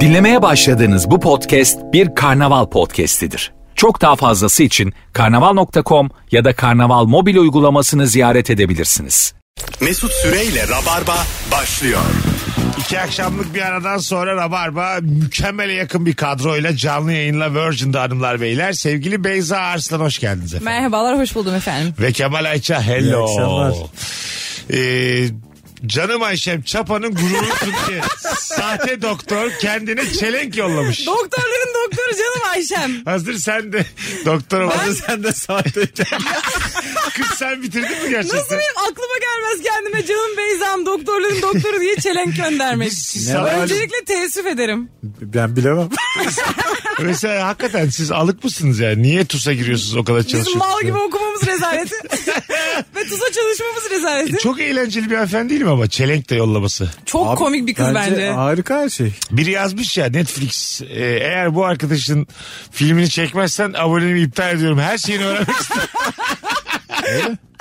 Dinlemeye başladığınız bu podcast bir karnaval podcastidir. Çok daha fazlası için karnaval.com ya da karnaval mobil uygulamasını ziyaret edebilirsiniz. Mesut Süreyle Rabarba başlıyor. İki akşamlık bir aradan sonra Rabarba mükemmele yakın bir kadroyla canlı yayınla Virgin'de hanımlar beyler. Sevgili Beyza Arslan hoş geldiniz efendim. Merhabalar, hoş buldum efendim. Ve Kemal Ayça hello. İyi akşamlar. Ee, canım Ayşem Çapa'nın gururu Türkiye. Sahte doktor kendine çelenk yollamış. Doktorların doktoru canım Ayşem. Hazır sen de doktor Hadi oldun. sen de sahte. Kız sen bitirdin mi gerçekten? Nasıl benim aklıma gelmez kendime canım Beyza'm doktorların doktoru diye çelenk göndermek. Siz Ne sana- var? Öncelikle teessüf ederim. ben bilemem. mesela hakikaten siz alık mısınız yani? Niye TUS'a giriyorsunuz o kadar Biz çalışıyorsunuz? mal gibi okumamız rezaleti. Ve tuza çalışmamız E, rezaleti. Çok, Çok eğlenceli bir hanımefendi değil mi ama çelenk de yollaması. Abi, komik bir kız bence. Harika her şey. Biri yazmış ya Netflix e, eğer bu arkadaşın filmini çekmezsen aboneliğimi iptal ediyorum. Her şeyini öğrenmek istiyorum.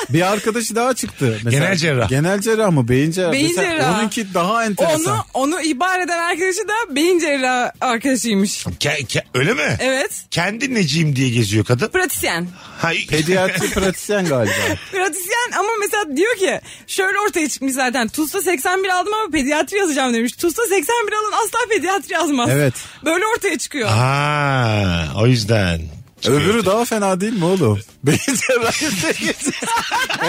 Bir arkadaşı daha çıktı. Mesela, Genel cerrah. Genel cerrah mı? Beyin cerrahı. Beyin Mesela cerrahı. Onunki daha enteresan. Onu onu ihbar eden arkadaşı da beyin cerrahı arkadaşıymış. Ke- ke- öyle mi? Evet. Kendi neciyim diye geziyor kadın. Pratisyen. Ha, i- Pediatri pratisyen galiba. Pratisyen ama mesela diyor ki şöyle ortaya çıkmış zaten. TUS'ta 81 aldım ama pediatri yazacağım demiş. TUS'ta 81 alan asla pediatri yazmaz. Evet. Böyle ortaya çıkıyor. ha, o yüzden. Öbürü daha fena değil mi oğlum? Beyin cerrahı da güzel.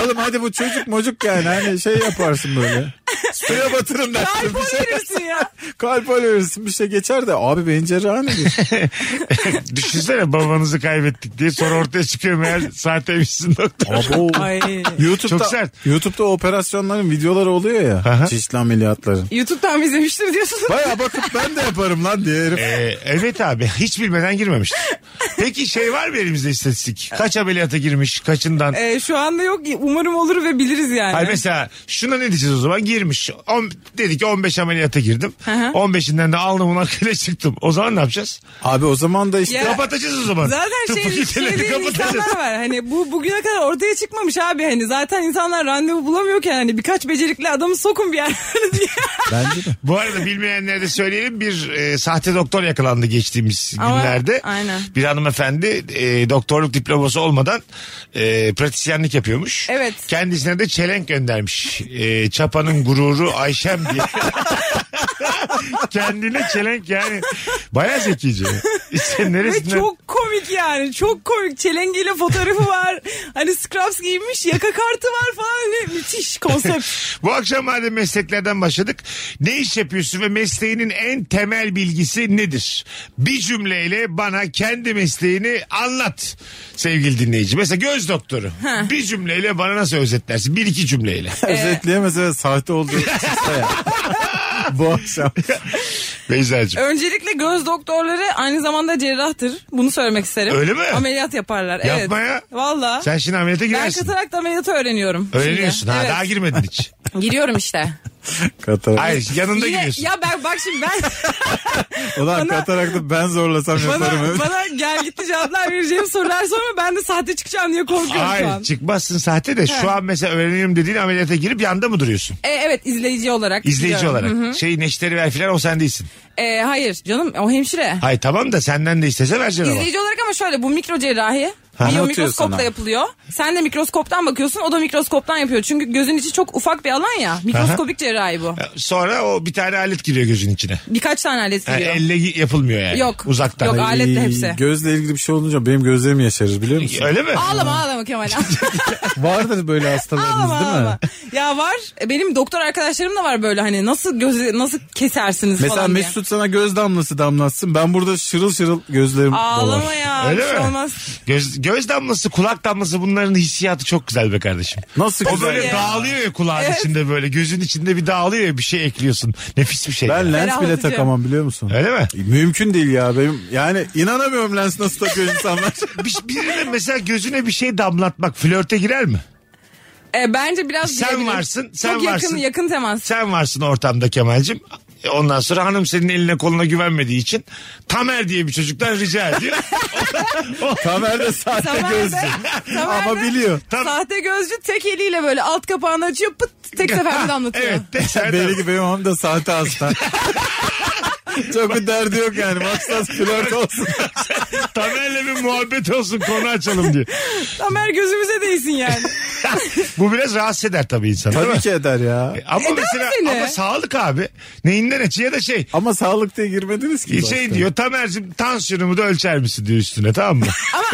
Oğlum hadi bu çocuk mocuk yani. Hani şey yaparsın böyle. Suya batırın dersin. Kalp Bir şey, verirsin ya. kalp verirsin bir şey geçer de. Abi beyin cerrahı nedir? Düşünsene babanızı kaybettik diye sonra ortaya çıkıyor meğer sahteymişsin doktor. Abo. Ay. YouTube'da, Çok sert. YouTube'da operasyonların videoları oluyor ya. Çeşitli ameliyatların. YouTube'dan izlemiştim diyorsun. Baya bakıp ben de yaparım lan diye herif. Ee, evet abi hiç bilmeden girmemiştim. Peki şey var mı elimizde istatistik? Kaç ameliyata girmiş, kaçından? Ee, şu anda yok. Umarım olur ve biliriz yani. Hayır mesela şuna ne diyeceğiz o zaman girmiş. On, dedi ki 15 ameliyata girdim. 15'inden de alnımın arkayla çıktım. O zaman ne yapacağız? Abi o zaman da işte Ya- Kapatacağız o zaman. Zaten Tıp şey, fakültelerini şey diyen insanlar var. Hani bu bugüne kadar ortaya çıkmamış abi. Hani zaten insanlar randevu bulamıyorken hani birkaç becerikli adamı sokun bir yerlere diye. bence de. Bu arada bilmeyenlere de söyleyelim bir e, sahte doktor yakalandı geçtiğimiz Ama- günlerde. aynen. Bir hanımefendi e, doktorluk diploması olmadan e, pratisyenlik yapıyormuş. Evet. Kendisine de çelenk göndermiş. E, çapanın gururu Ayşem diye. Kendine çelenk yani. Baya zekice. İşte Ve neresinden? çok komik yani. Çok komik. Çelengiyle fotoğrafı var. hani scrubs giymiş. Yaka kartı var falan. Hani müthiş konsept. Bu akşam madem mesleklerden başladık. Ne iş yapıyorsun ve mesleğinin en temel bilgisi nedir? Bir cümleyle bana kendi mesleğini anlat sevgili dinleyici. Mesela göz doktoru. Bir cümleyle bana nasıl özetlersin? Bir iki cümleyle. e, Özetleyemez evet, sahte olduğu çıksa ya. Bu akşam. Beyza'cığım. Öncelikle göz doktorları aynı zamanda cerrahtır. Bunu söylemek isterim. Öyle mi? Ameliyat yaparlar. Evet. Yapma ya. Valla. Sen şimdi ameliyata Ben girersin. katarak da ameliyatı öğreniyorum. Öğreniyorsun şimdi. ha Evet. daha girmedin hiç. Giriyorum işte. Katarak. Hayır yanında Yine- giriyorsun. ya ben bak şimdi ben Ulan bana- katarak da ben zorlasam yaparım. bana, evet. bana gel gitti cevaplar vereceğim sorular sonra ben de sahte çıkacağım diye korkuyorum şu Hayır an. çıkmazsın sahte de şu an mesela öğreniyorum dediğin ameliyata girip yanda mı duruyorsun? E, evet izleyici olarak. İzleyici gidiyorum. olarak. Şey neşteri ver filan o sen değilsin. E, hayır canım o hemşire. Hayır tamam da senden de istese vereceksin ama. İzleyici olarak ama şöyle bu mikro cerrahi. Biyo anlatıyor mikroskopla sana. yapılıyor. Sen de mikroskoptan bakıyorsun o da mikroskoptan yapıyor. Çünkü gözün içi çok ufak bir alan ya. Mikroskopik cerrahi E, bu. Sonra o bir tane alet giriyor gözün içine. Birkaç tane alet Yani giriyor. elle y- yapılmıyor yani. Yok. Uzaktan. Yok, Ay- aletle hepsi. Gözle ilgili bir şey olunca benim gözlerim yaşarır biliyor musun? Öyle mi? Ağlama ağlama Kemal. Vardır böyle ağlama hastalarınız değil mi? ağlama. Ya var e, benim doktor arkadaşlarım da var böyle hani nasıl gözü nasıl kesersiniz Mesela falan diye. Mesut sana göz damlası damlatsın. Ben burada şırıl şırıl gözlerim Ağlama dolar. ya. Öyle bir şey mi? olmaz. Göz, göz damlası, kulak damlası bunların hissiyatı çok güzel be kardeşim. Nasıl O güzel böyle ya. dağılıyor ya kulağın içinde böyle. Gözün içinde bir dağılıyor ya bir şey ekliyorsun. Nefis bir şey. Ben ya. lens bile Ferahlatıcı. takamam biliyor musun? Öyle mi? Mümkün değil ya benim yani inanamıyorum lens nasıl takıyor insanlar. Bir, birine mesela gözüne bir şey damlatmak flörte girer mi? E, bence biraz Sen girebilir. varsın, sen Çok varsın. yakın yakın temas. Sen varsın ortamda Kemal'cim. E, Ondan sonra hanım senin eline koluna güvenmediği için Tamer diye bir çocuktan rica ediyor. Tamer'de sahte Tamer'de- gözcü. Tamer'de- Ama biliyor. Tam- Sahte gözcü tek eliyle böyle alt kapağını açıyor pıt tek seferde anlatıyor. evet. tesadüf. Belli ki benim hanım da sahte hasta. Çok bir derdi yok yani. Maksat flört olsun. Tamer'le bir muhabbet olsun konu açalım diye. Tamer gözümüze değsin yani. Bu biraz rahatsız eder tabii insanı. değil mi? Tabii ki eder ya. Ama Eder mesela seni. ama sağlık abi. Neyinden açı ya da şey. Ama sağlık diye girmediniz ki. Şey başta. diyor Tamer'cim tansiyonumu da ölçer misin diyor üstüne tamam mı? Ama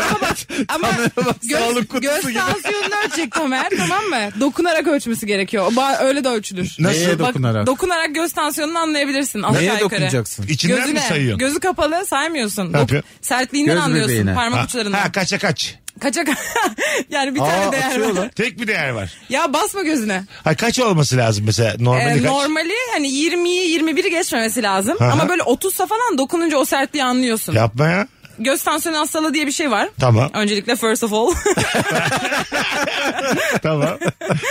ama bak ama göz, sağlık kutusu göz gibi. tansiyonunu ölçecek Tamer tamam mı? Dokunarak ölçmesi gerekiyor. Ba- Öyle de ölçülür. Nasıl? Neye dokunarak? Dokunarak göz tansiyonunu anlayabilirsin aşağı Neye yukarı. dokunacaksın? İçinden mi sayıyorsun? Gözü kapalı saymıyorsun. Ne yapıyor? Sertliğinden Göz anlıyorsun bebeğine. parmak Ha, uçlarından. ha kaça kaç. Kaçak yani bir Aa, tane değer atıyor var. lan. Tek bir değer var. Ya basma gözüne. Ha kaç olması lazım mesela Ee, normali kaç? normali hani 20'yi 21'i geçmemesi lazım. Aha. Ama böyle 30'sa falan dokununca o sertliği anlıyorsun. Yapma ya. Göz tansiyonu hastalığı diye bir şey var. Tamam. Öncelikle first of all. tamam.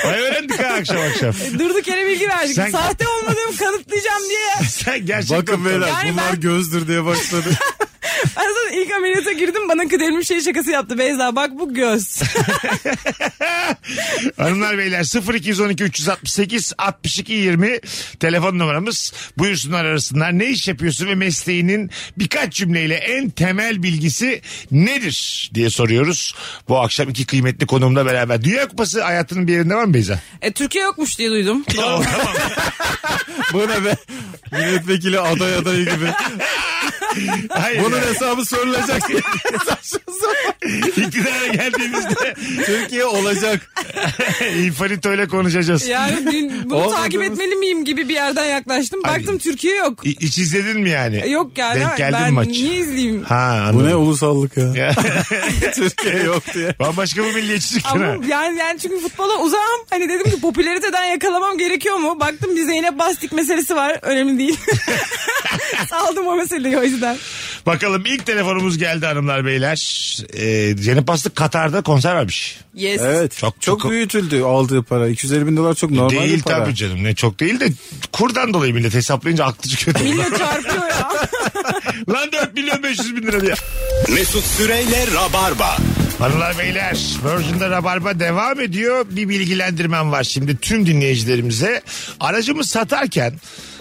Ay öğrendik ha akşam akşam. Durduk yere bilgi verdik. Sen- Sahte olmadığımı kanıtlayacağım diye. Sen gerçekten... Bakın beyler Yani bunlar ben- gözdür diye başladı. Ben zaten ilk ameliyata girdim bana kıdemli şey şakası yaptı. Beyza bak bu göz. Hanımlar beyler 0212 368 62 20 telefon numaramız. Buyursunlar arasınlar. Ne iş yapıyorsun ve mesleğinin birkaç cümleyle en temel bilgisi nedir diye soruyoruz. Bu akşam iki kıymetli konuğumla beraber. Dünya Kupası hayatının bir yerinde var mı Beyza? e, Türkiye yokmuş diye duydum. Tamam. Bu ne be? Milletvekili aday adayı gibi. Hayır. Bunun Bunu hesabı sorulacak. iktidara geldiğimizde Türkiye olacak. İnfanito ile konuşacağız. Yani dün bunu Olmadığımız- takip etmeli miyim gibi bir yerden yaklaştım. Ay. Baktım Türkiye yok. İ- İç izledin mi yani? E, Yok yani Denk geldi ben mi maç? niye izleyeyim? Ha Bu ne anladım. ulusallık ya. Ya. Türkiye yok diye. Bambaşka bir milliyetçilik. Ama ha. yani, yani çünkü futbola uzağım. Hani dedim ki popülariteden yakalamam gerekiyor mu? Baktım bir Zeynep Bastik meselesi var. Önemli değil. Saldım o meseleyi o yüzden. Bakalım ilk telefonumuz geldi hanımlar beyler. Ee, Cenep Bastık Katar'da konser vermiş. Yes. Evet. Çok- Çok, çok- büyütüldü aldığı para. 250 bin dolar çok normal değil bir para. tabii canım ne çok değil de kurdan dolayı millet hesaplayınca aklı çıkıyor. Millet çarpıyor ya. Lan 4 milyon 500 bin lira diye. Mesut Süreyle Rabarba. Hanımlar beyler Virgin'de Rabarba devam ediyor. Bir bilgilendirmem var şimdi tüm dinleyicilerimize. Aracımı satarken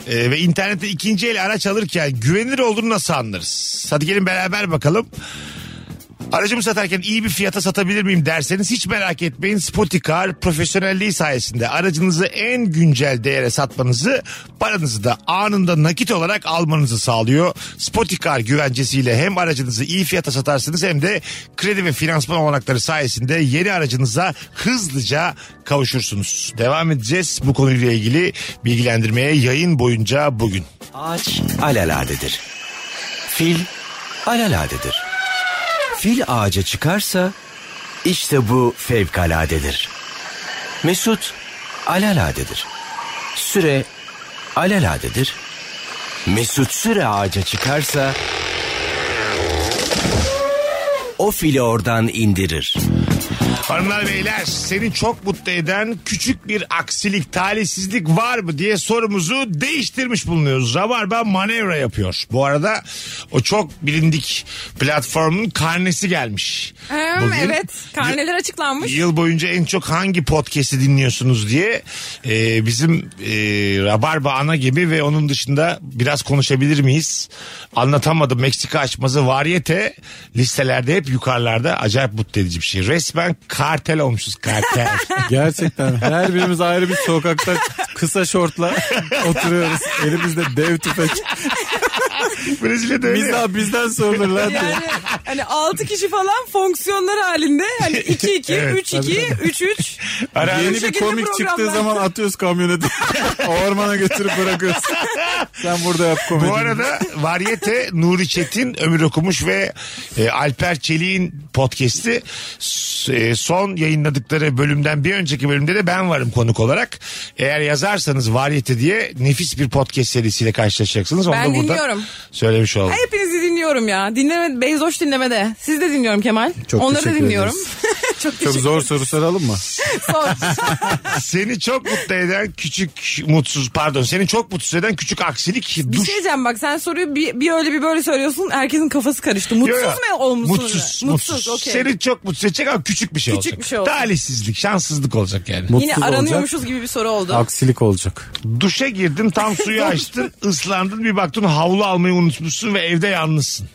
e, ve internette ikinci el araç alırken güvenilir olduğunu nasıl anlarız? Hadi gelin beraber bakalım. Aracımı satarken iyi bir fiyata satabilir miyim derseniz hiç merak etmeyin. Spotikar profesyonelliği sayesinde aracınızı en güncel değere satmanızı, paranızı da anında nakit olarak almanızı sağlıyor. Spotikar güvencesiyle hem aracınızı iyi fiyata satarsınız hem de kredi ve finansman olanakları sayesinde yeni aracınıza hızlıca kavuşursunuz. Devam edeceğiz bu konuyla ilgili bilgilendirmeye yayın boyunca bugün. Ağaç alaladedir. Fil alaladedir. Fil ağaca çıkarsa işte bu fevkaladedir. Mesut alaladedir. Süre alaladedir. Mesut süre ağaca çıkarsa o fili oradan indirir. Hanımlar beyler seni çok mutlu eden küçük bir aksilik talihsizlik var mı diye sorumuzu değiştirmiş bulunuyoruz. Rabarba manevra yapıyor. Bu arada o çok bilindik platformun karnesi gelmiş. Hem, evet. Karneler açıklanmış. Yıl boyunca en çok hangi podcast'i dinliyorsunuz diye e, bizim e, Rabarba ana gibi ve onun dışında biraz konuşabilir miyiz? Anlatamadım Meksika açmazı Varyete listelerde hep yukarılarda acayip mutlu edici bir şey. Resmen kartel olmuşuz kartel. Gerçekten her birimiz ayrı bir sokakta kısa şortla oturuyoruz. Elimizde dev tüfek. Brezilya'da öyle Biz ya. daha bizden sorulurlar diye. Yani hani 6 kişi falan fonksiyonlar halinde. Hani 2 2 Evet, 3 2 3 3. Ara- Yeni Bu bir şekilde komik programlar- çıktığı zaman atıyoruz kamyoneti. Ormana götürüp bırakıyoruz. Sen burada yap komedi. Bu arada Varyete Nuri Çetin, Ömür Okumuş ve e, Alper Çelik'in podcast'i S- e, son yayınladıkları bölümden bir önceki bölümde de ben varım konuk olarak. Eğer yazarsanız Varyete diye nefis bir podcast serisiyle karşılaşacaksınız. Onu Ben da burada dinliyorum. Söylemiş olalım. Hepinizi dinliyorum ya. Dinleme, Beyzoş dinlemede. Siz de dinliyorum Kemal. Çok Onları da teşekkür dinliyorum. ederiz. Çok Çok teşekkür zor soru soralım mı? Sor. Seni çok mutlu eden küçük mutsuz pardon seni çok mutsuz eden küçük aksilik Bir duş. şey diyeceğim bak sen soruyu bir, bir öyle bir böyle söylüyorsun. Herkesin kafası karıştı. Mutsuz Yo, yo. mu olmuşsunuz? Mutsuz. Mutsuz. Mutsuz. okey. Seni çok mutsuz edecek ama küçük bir şey Küçük olacak. bir şey olacak. Talihsizlik, şanssızlık olacak yani. Yine Mutsuz aranıyormuşuz olacak, gibi bir soru oldu. Aksilik olacak. Duşa girdin tam suyu açtın ıslandın bir baktın havlu almayı unutmuşsun ve evde yalnızsın.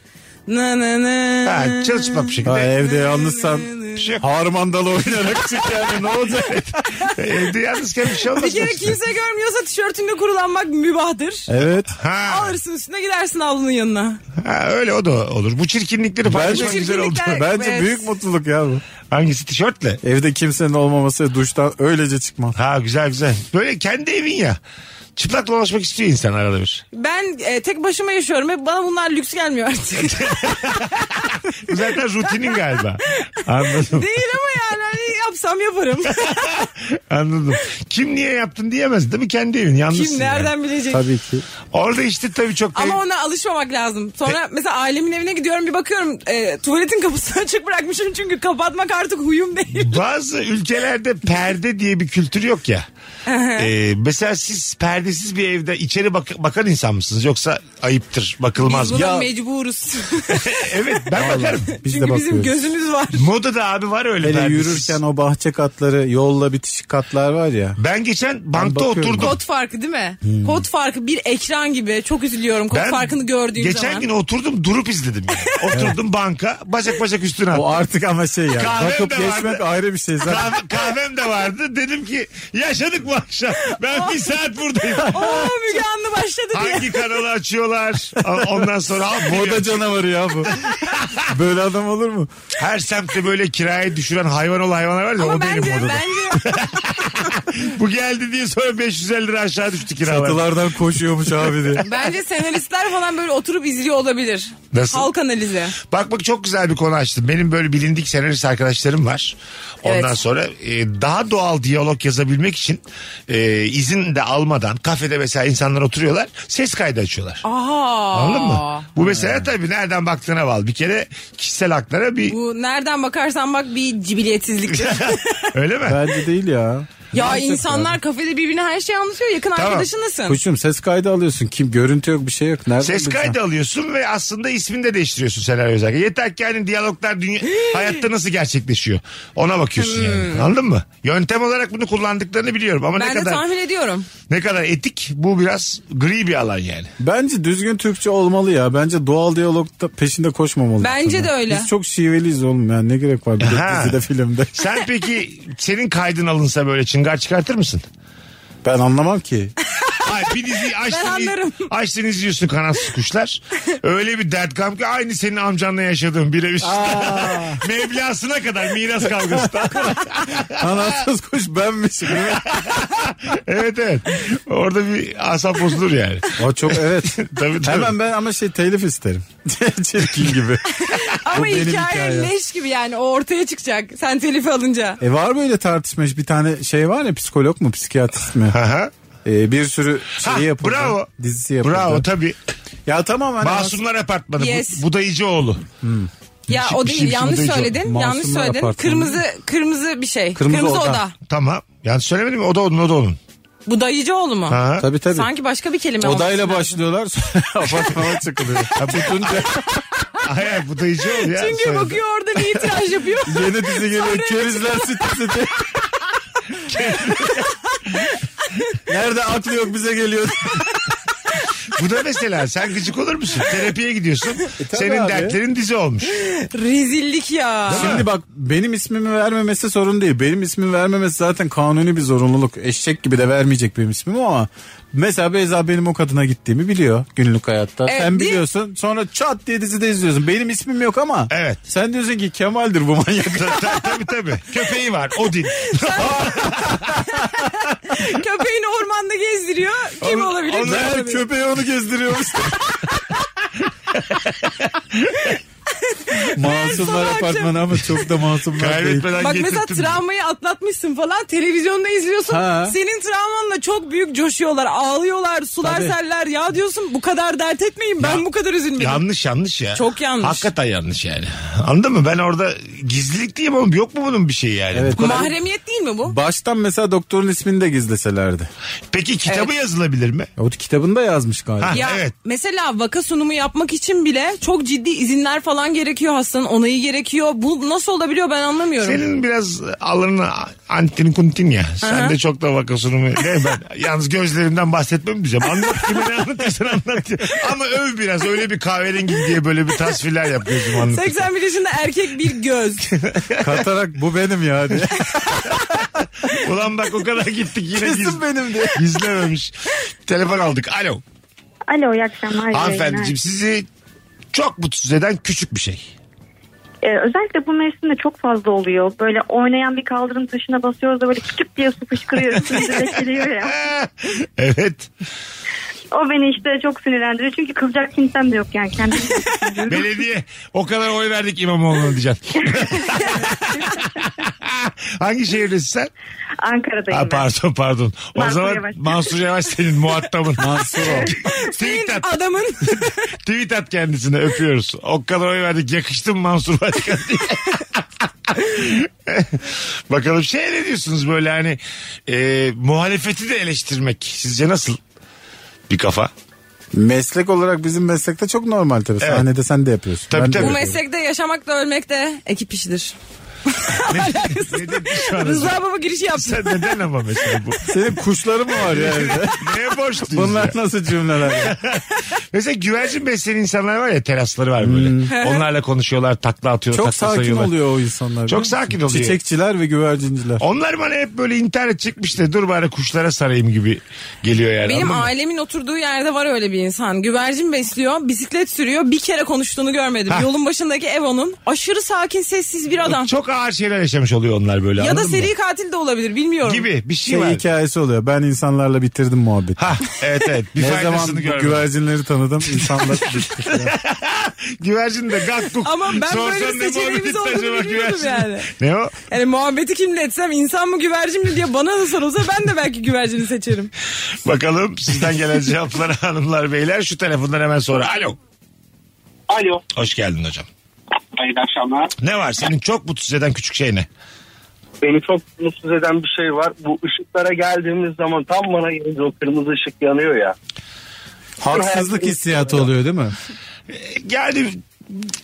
Nı nı nı. Ha, çalışma bir şey şekilde. Ha, evde yalnızsan Bir şey yok. harmandalı oynayarak çık yani ne olacak? evde yalnızken bir şey olmaz. Bir kere kimse görmüyorsa tişörtünde kurulanmak mübahtır. Evet. Ha, Alırsın üstüne gidersin avlunun yanına. ha, öyle o da olur. Bu çirkinlikleri paylaşmak Bu güzel oldu. çirkinlikler- Bence Evet. büyük mutluluk ya bu. Hangisi tişörtle? Evde kimsenin olmaması duştan öylece çıkmam. Ha güzel güzel. Böyle kendi evin ya. Çıplak dolaşmak istiyor insan arada bir. Ben e, tek başıma yaşıyorum. Hep bana bunlar lüks gelmiyor artık. Zaten rutinin galiba. Anladım. Değil ama yani hani yapsam yaparım. Anladım. Kim niye yaptın diyemez değil mi? Kendi evin. Yalnızsın. Kim yani. nereden bilecek? Tabii ki. Orada işte tabii çok... Ama ona alışmamak lazım. Sonra mesela ailemin evine gidiyorum bir bakıyorum e, tuvaletin kapısını açık bırakmışım çünkü kapatmak artık huyum değil. Bazı ülkelerde perde diye bir kültür yok ya. Ee, mesela siz perdesiz bir evde içeri bak- bakan insan mısınız? Yoksa ayıptır, bakılmaz Biz mı? buna Ya- mecburuz. evet ben bakarım. Biz de çünkü bizim bakıyoruz. gözümüz var. Moda'da abi var öyle Hele perdesiz. yürürken o bahçe katları yolla bitişik katlar var ya. Ben geçen bankta bakıyorum. oturdum. Kod farkı değil mi? Kod farkı bir ekran gibi. Çok üzülüyorum kod Ben farkını gördüğüm geçen zaman. gün oturdum durup izledim. Yani. Oturdum banka bacak bacak üstüne attım. O artık ama şey ya. Kahvem Bakıp de vardı. geçmek ayrı bir şey zaten. Kahve- kahvem de vardı. Dedim ki yaşadık bu akşam. Ben bir saat buradayım. Oo Müge Anlı başladı diye. Hangi kanalı açıyorlar? Ondan sonra al, Moda canavarı ya bu. Böyle adam olur mu? Her semtte böyle kirayı düşüren hayvan ol hayvanlar var ya Ama o benim bence, odada. bence Bu geldi diye sonra 550 lira aşağı düştü kiralar. Çatılardan koşuyormuş abi diye. bence senaristler falan böyle oturup izliyor olabilir. Nasıl? Halk analizi. Bak bak çok güzel bir konu açtın. Benim böyle bilindik senarist arkadaşlarım var. Ondan Evet. sonra e, daha doğal diyalog yazabilmek için e, izin de almadan kafede mesela insanlar oturuyorlar ses kaydı açıyorlar. Aha. Anladın mı? Bu mesela tabii nereden baktığına bağlı. Bir kere kişisel haklara bir Bu nereden bakarsan bak bir cibiliyetsizlik. öyle mi? Bence değil ya. ya insanlar kafede birbirine her şeyi anlatıyor. Yakın Tamam. arkadaşınısın. Kuşum ses kaydı alıyorsun. Kim görüntü yok bir şey yok. Nereden Ses bileceksin? kaydı alıyorsun ve aslında ismini de değiştiriyorsun senaryo özellikle. Yeter ki yani diyaloglar dünya, hayatta nasıl gerçekleşiyor ona bakıyorsun yani. Anladın mı? Yöntem olarak bunu kullandıklarını biliyorum ama ne Hmm. Ben de kadar tahmin ediyorum. ne kadar etik bu biraz gri bir alan yani. Bence düzgün Türkçe olmalı ya. Bence doğal diyalogta peşinde koşmamalı. Bence de öyle. Biz çok şiveliyiz oğlum ya. Ne gerek var bir de Ha. dizide filmde. Sen peki senin kaydın alınsa böyle çıngar çıkartır mısın? Ben anlamam ki. Ay bir diziyi açtın, anlarım. açtın izliyorsun kanatsız kuşlar. Öyle bir dert kam ki aynı senin amcanla yaşadığın birebir. Meblasına kadar miras kavgası. Anasız kuş benmişim. Evet. evet evet. Orada bir asap bozulur yani. O çok evet. Tabii, tabii. Hemen ben ama şey telif isterim. Çirkin gibi. Ama benim hikaye hikayem. leş gibi yani. O ortaya çıkacak. Sen telifi alınca. E var böyle tartışma bir tane şey var ya psikolog mu psikiyatrist mi? Aha. E, bir sürü Ha, şey yapıldı. bravo. Dizisi yapıldı. Bravo tabii. Ya tamam hani Masumlar Apartmanı. Yes. Bu, Budayıcıoğlu. Ya o bir değil şey- bir şey yanlış duyacağım. söyledin. Masumlar yanlış söyledin. Apartmanı. Kırmızı kırmızı bir şey. Kırmızı, oda. oda. Tamam. Yani söylemedim mi? O da onun, o da onun. Bu dayıcı oğlu mu? Aha. Tabii tabii. Sanki başka bir kelime. Odayla olması lazım. başlıyorlar sonra apartmana çıkılıyor. Ha, Tutunca Ay, ay, Budayıcıoğlu ya. Çünkü Soyadı. bakıyor orada bir itiraz yapıyor. yeni dizi geliyor kerizler sitesi diye. Nerede aklı yok bize geliyor. Bu da mesela sen gıcık olur musun? Terapiye gidiyorsun. E, tabii Senin abi. dertlerin dizi olmuş. Rezillik ya. Şimdi bak benim ismimi vermemesi sorun değil. Benim ismimi vermemesi zaten kanuni bir zorunluluk. Eşek gibi de vermeyecek benim ismimi ama mesela Beyza benim o kadına gittiğimi biliyor günlük hayatta. Evet, sen değil mi? biliyorsun. Sonra çat diye dizide izliyorsun. Benim ismim yok ama. Evet. Sen diyorsun ki Kemal'dir bu manyak. Ta- ta- tabii tabii. Köpeği var. Odin. Köpeğini ormanda gezdiriyor. Kim olabilir? Meğer köpeği onu gezdiriyormuş. Masumlar sabah apartmanı ama çok da masumlar değil. Kaybetmeden Bak mesela getirttim. travmayı atlatmışsın falan televizyonda izliyorsun. Ha. Senin travmanla çok büyük coşuyorlar, ağlıyorlar, sular Tabii. seller. Ya diyorsun bu kadar dert etmeyin ben bu kadar üzülmedim. Yanlış yanlış ya. Çok yanlış. Hakikaten yanlış yani. Anladın mı? Ben orada gizlilik diyeyim oğlum yok mu bunun bir şeyi yani? Evet. Bu kadar- Mahremiyet değil mi bu? Baştan mesela doktorun ismini de gizleselerdi. Peki kitabı yazılabilir mi? O kitabında yazmış galiba. Ha. Ya evet. mesela vaka sunumu yapmak için bile çok ciddi izinler falan gerekiyor hastanın onayı gerekiyor. Bu nasıl olabiliyor ben anlamıyorum. Senin biraz alınına antin kuntin ya. Sen de çok da vakasını mı? Ne ben? Yalnız gözlerimden bahsetmem diyeceğim. Anlat kime ne anlatıyorsan anlat. Ama öv biraz. Öyle bir kahverengi diye böyle bir tasvirler yap gözümü anlat. 81 yaşında erkek bir göz. Katarak bu benim ya diye. Ulan bak o kadar gittik yine giz... Kesin benim diye. gizlememiş. Telefon aldık. Alo. Alo iyi akşamlar. Hanımefendiciğim sizi çok mutsuz eden küçük bir şey. Ee, özellikle bu mevsimde çok fazla oluyor. Böyle oynayan bir kaldırım taşına basıyoruz da böyle küçük diye su fışkırıyor. Üstümüze geliyor ya. evet. O beni işte çok sinirlendiriyor. Çünkü kızacak kimsem de yok yani. Kendim Belediye o kadar oy verdik İmamoğlu'na diyeceksin. Hangi şehirdesin sen? Ankara'dayım. Ha, ben. pardon pardon. O Mansur zaman Yavaş. Mansur Yavaş senin muhatabın. Mansur tweet Senin at. adamın Tweet at kendisine öpüyoruz. O kadar oy verdik yakıştın Mansur Başkan diye. Bakalım şey ne diyorsunuz böyle hani e, muhalefeti de eleştirmek sizce nasıl bir kafa? Meslek olarak bizim meslekte çok normal tabii. Evet. Sahnede sen de yapıyorsun. Tabii, Ben de tabii. bu yapıyorum. meslekte yaşamak da ölmek de ekip işidir. Ne dedin şu an? Rıza baba girişi yaptı. Sen neden ama mesela bu? Senin kuşları mı var ya evde? Neye borçluyuz? Bunlar ya? nasıl cümleler? Mesela güvercin besleyen insanlar var ya terasları var böyle. Onlarla konuşuyorlar takla atıyor Hmm. Çok takla sakin sayıyorlar. oluyor o insanlar. biliyor musun? sakin oluyor. Çiçekçiler ve güvercinciler. Onlar bana hep böyle internet çıkmış da dur bari kuşlara sarayım gibi geliyor yani. Benim anladın mı? ailemin oturduğu yerde var öyle bir insan. Güvercin besliyor, bisiklet sürüyor. Bir kere konuştuğunu görmedim. Ha. Yolun başındaki ev onun. Aşırı sakin, sessiz bir adam. Çok ağır şeyler yaşamış oluyor onlar böyle. ya da anladın mı? seri katil de olabilir bilmiyorum. gibi bir şey, Şey var. hikayesi oluyor. Ben insanlarla bitirdim muhabbeti. Ha evet evet bir ne zaman faydasını bu görmedim. güvercinleri tanıdım insanlar Güvercin de gakkuk. Ama ben böyle Sorsan ne seçeneğimiz muhabbet olduğunu acaba bilmiyordum güvercin? yani. Ne o? Yani muhabbeti kimle etsem insan mı güvercin mi diye bana da sorulsa ben de belki güvercini seçerim. Bakalım sizden gelen cevaplara hanımlar beyler şu telefondan hemen sonra. Alo. Alo. Hoş geldin hocam. Hayırlı akşamlar. Ne var senin çok mutsuz eden küçük şey ne? Beni çok mutsuz eden bir şey var. Bu ışıklara geldiğimiz zaman tam bana gelince o kırmızı ışık yanıyor ya. haksızlık hissiyatı oluyor değil mi? Yani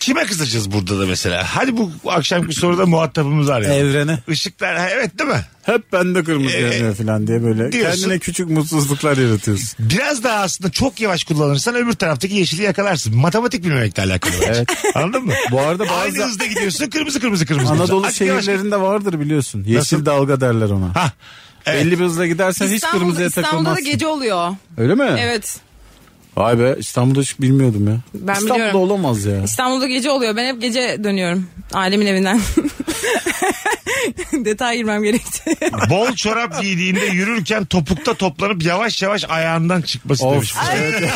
kime kızacağız burada da mesela? Hadi bu akşamki soruda muhatabımız var ya. Evrene. Işıklar ha, evet değil mi? Hep bende kırmızı Ee, yanıyor falan diye böyle diyorsun. kendine küçük mutsuzluklar yaratıyorsun. Biraz daha aslında çok yavaş kullanırsan öbür taraftaki yeşili yakalarsın. Matematik bilmemekle alakalı. Evet. Anladın mı? Bu arada Aynı bazı hızda gidiyorsun kırmızı kırmızı kırmızı. Anadolu Hadi yavaş- şehirlerinde vardır biliyorsun. Yeşil dalga derler ona. Ha. evet. Belli bir hızla gidersen hiç İstanbul'da, kırmızıya İstanbul'da da takılmazsın. gece oluyor. Öyle mi? Evet. Vay be İstanbul'da hiç bilmiyordum ya. Ben İstanbul'da biliyorum. olamaz ya. İstanbul'da gece oluyor. Ben hep gece dönüyorum. Ailemin evinden. Detay girmem gerekti. Bol çorap giydiğinde yürürken topukta toplanıp yavaş yavaş ayağından çıkması Of. demiş. Evet.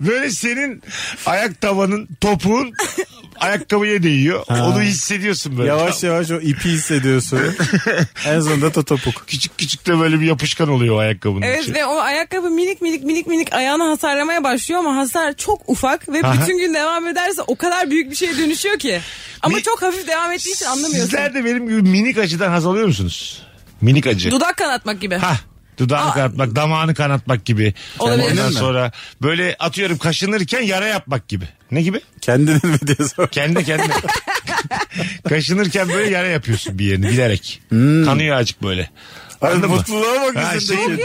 Böyle senin ayak tavanın topuğun ayakkabıya değiyor. Onu hissediyorsun böyle. Yavaş yavaş o ipi hissediyorsun. en sonunda da topuk. Küçük küçük de böyle bir yapışkan oluyor o ayakkabının Evet içi. ve o ayakkabı minik minik minik minik ayağını hasarlamaya başlıyor ama hasar çok ufak ve Aha. bütün gün devam ederse o kadar büyük bir şeye dönüşüyor ki. Ama Mi- çok hafif devam ettiği için anlamıyorsun. Sizler de benim gibi minik acıdan haz alıyor musunuz? Minik acı. Dudak kanatmak gibi. Hah. Dudağını Aa. kanatmak, damağını kanatmak gibi. Olabilir. Ondan Kendin mi? sonra böyle atıyorum kaşınırken yara yapmak gibi. Ne gibi? Kendini mi diye sor. Kendi kendine. Kaşınırken böyle yara yapıyorsun bir yerini bilerek. Kanıyor acık böyle. Anladın mı? mutluluğa bak Ha, yüzündeki. şey-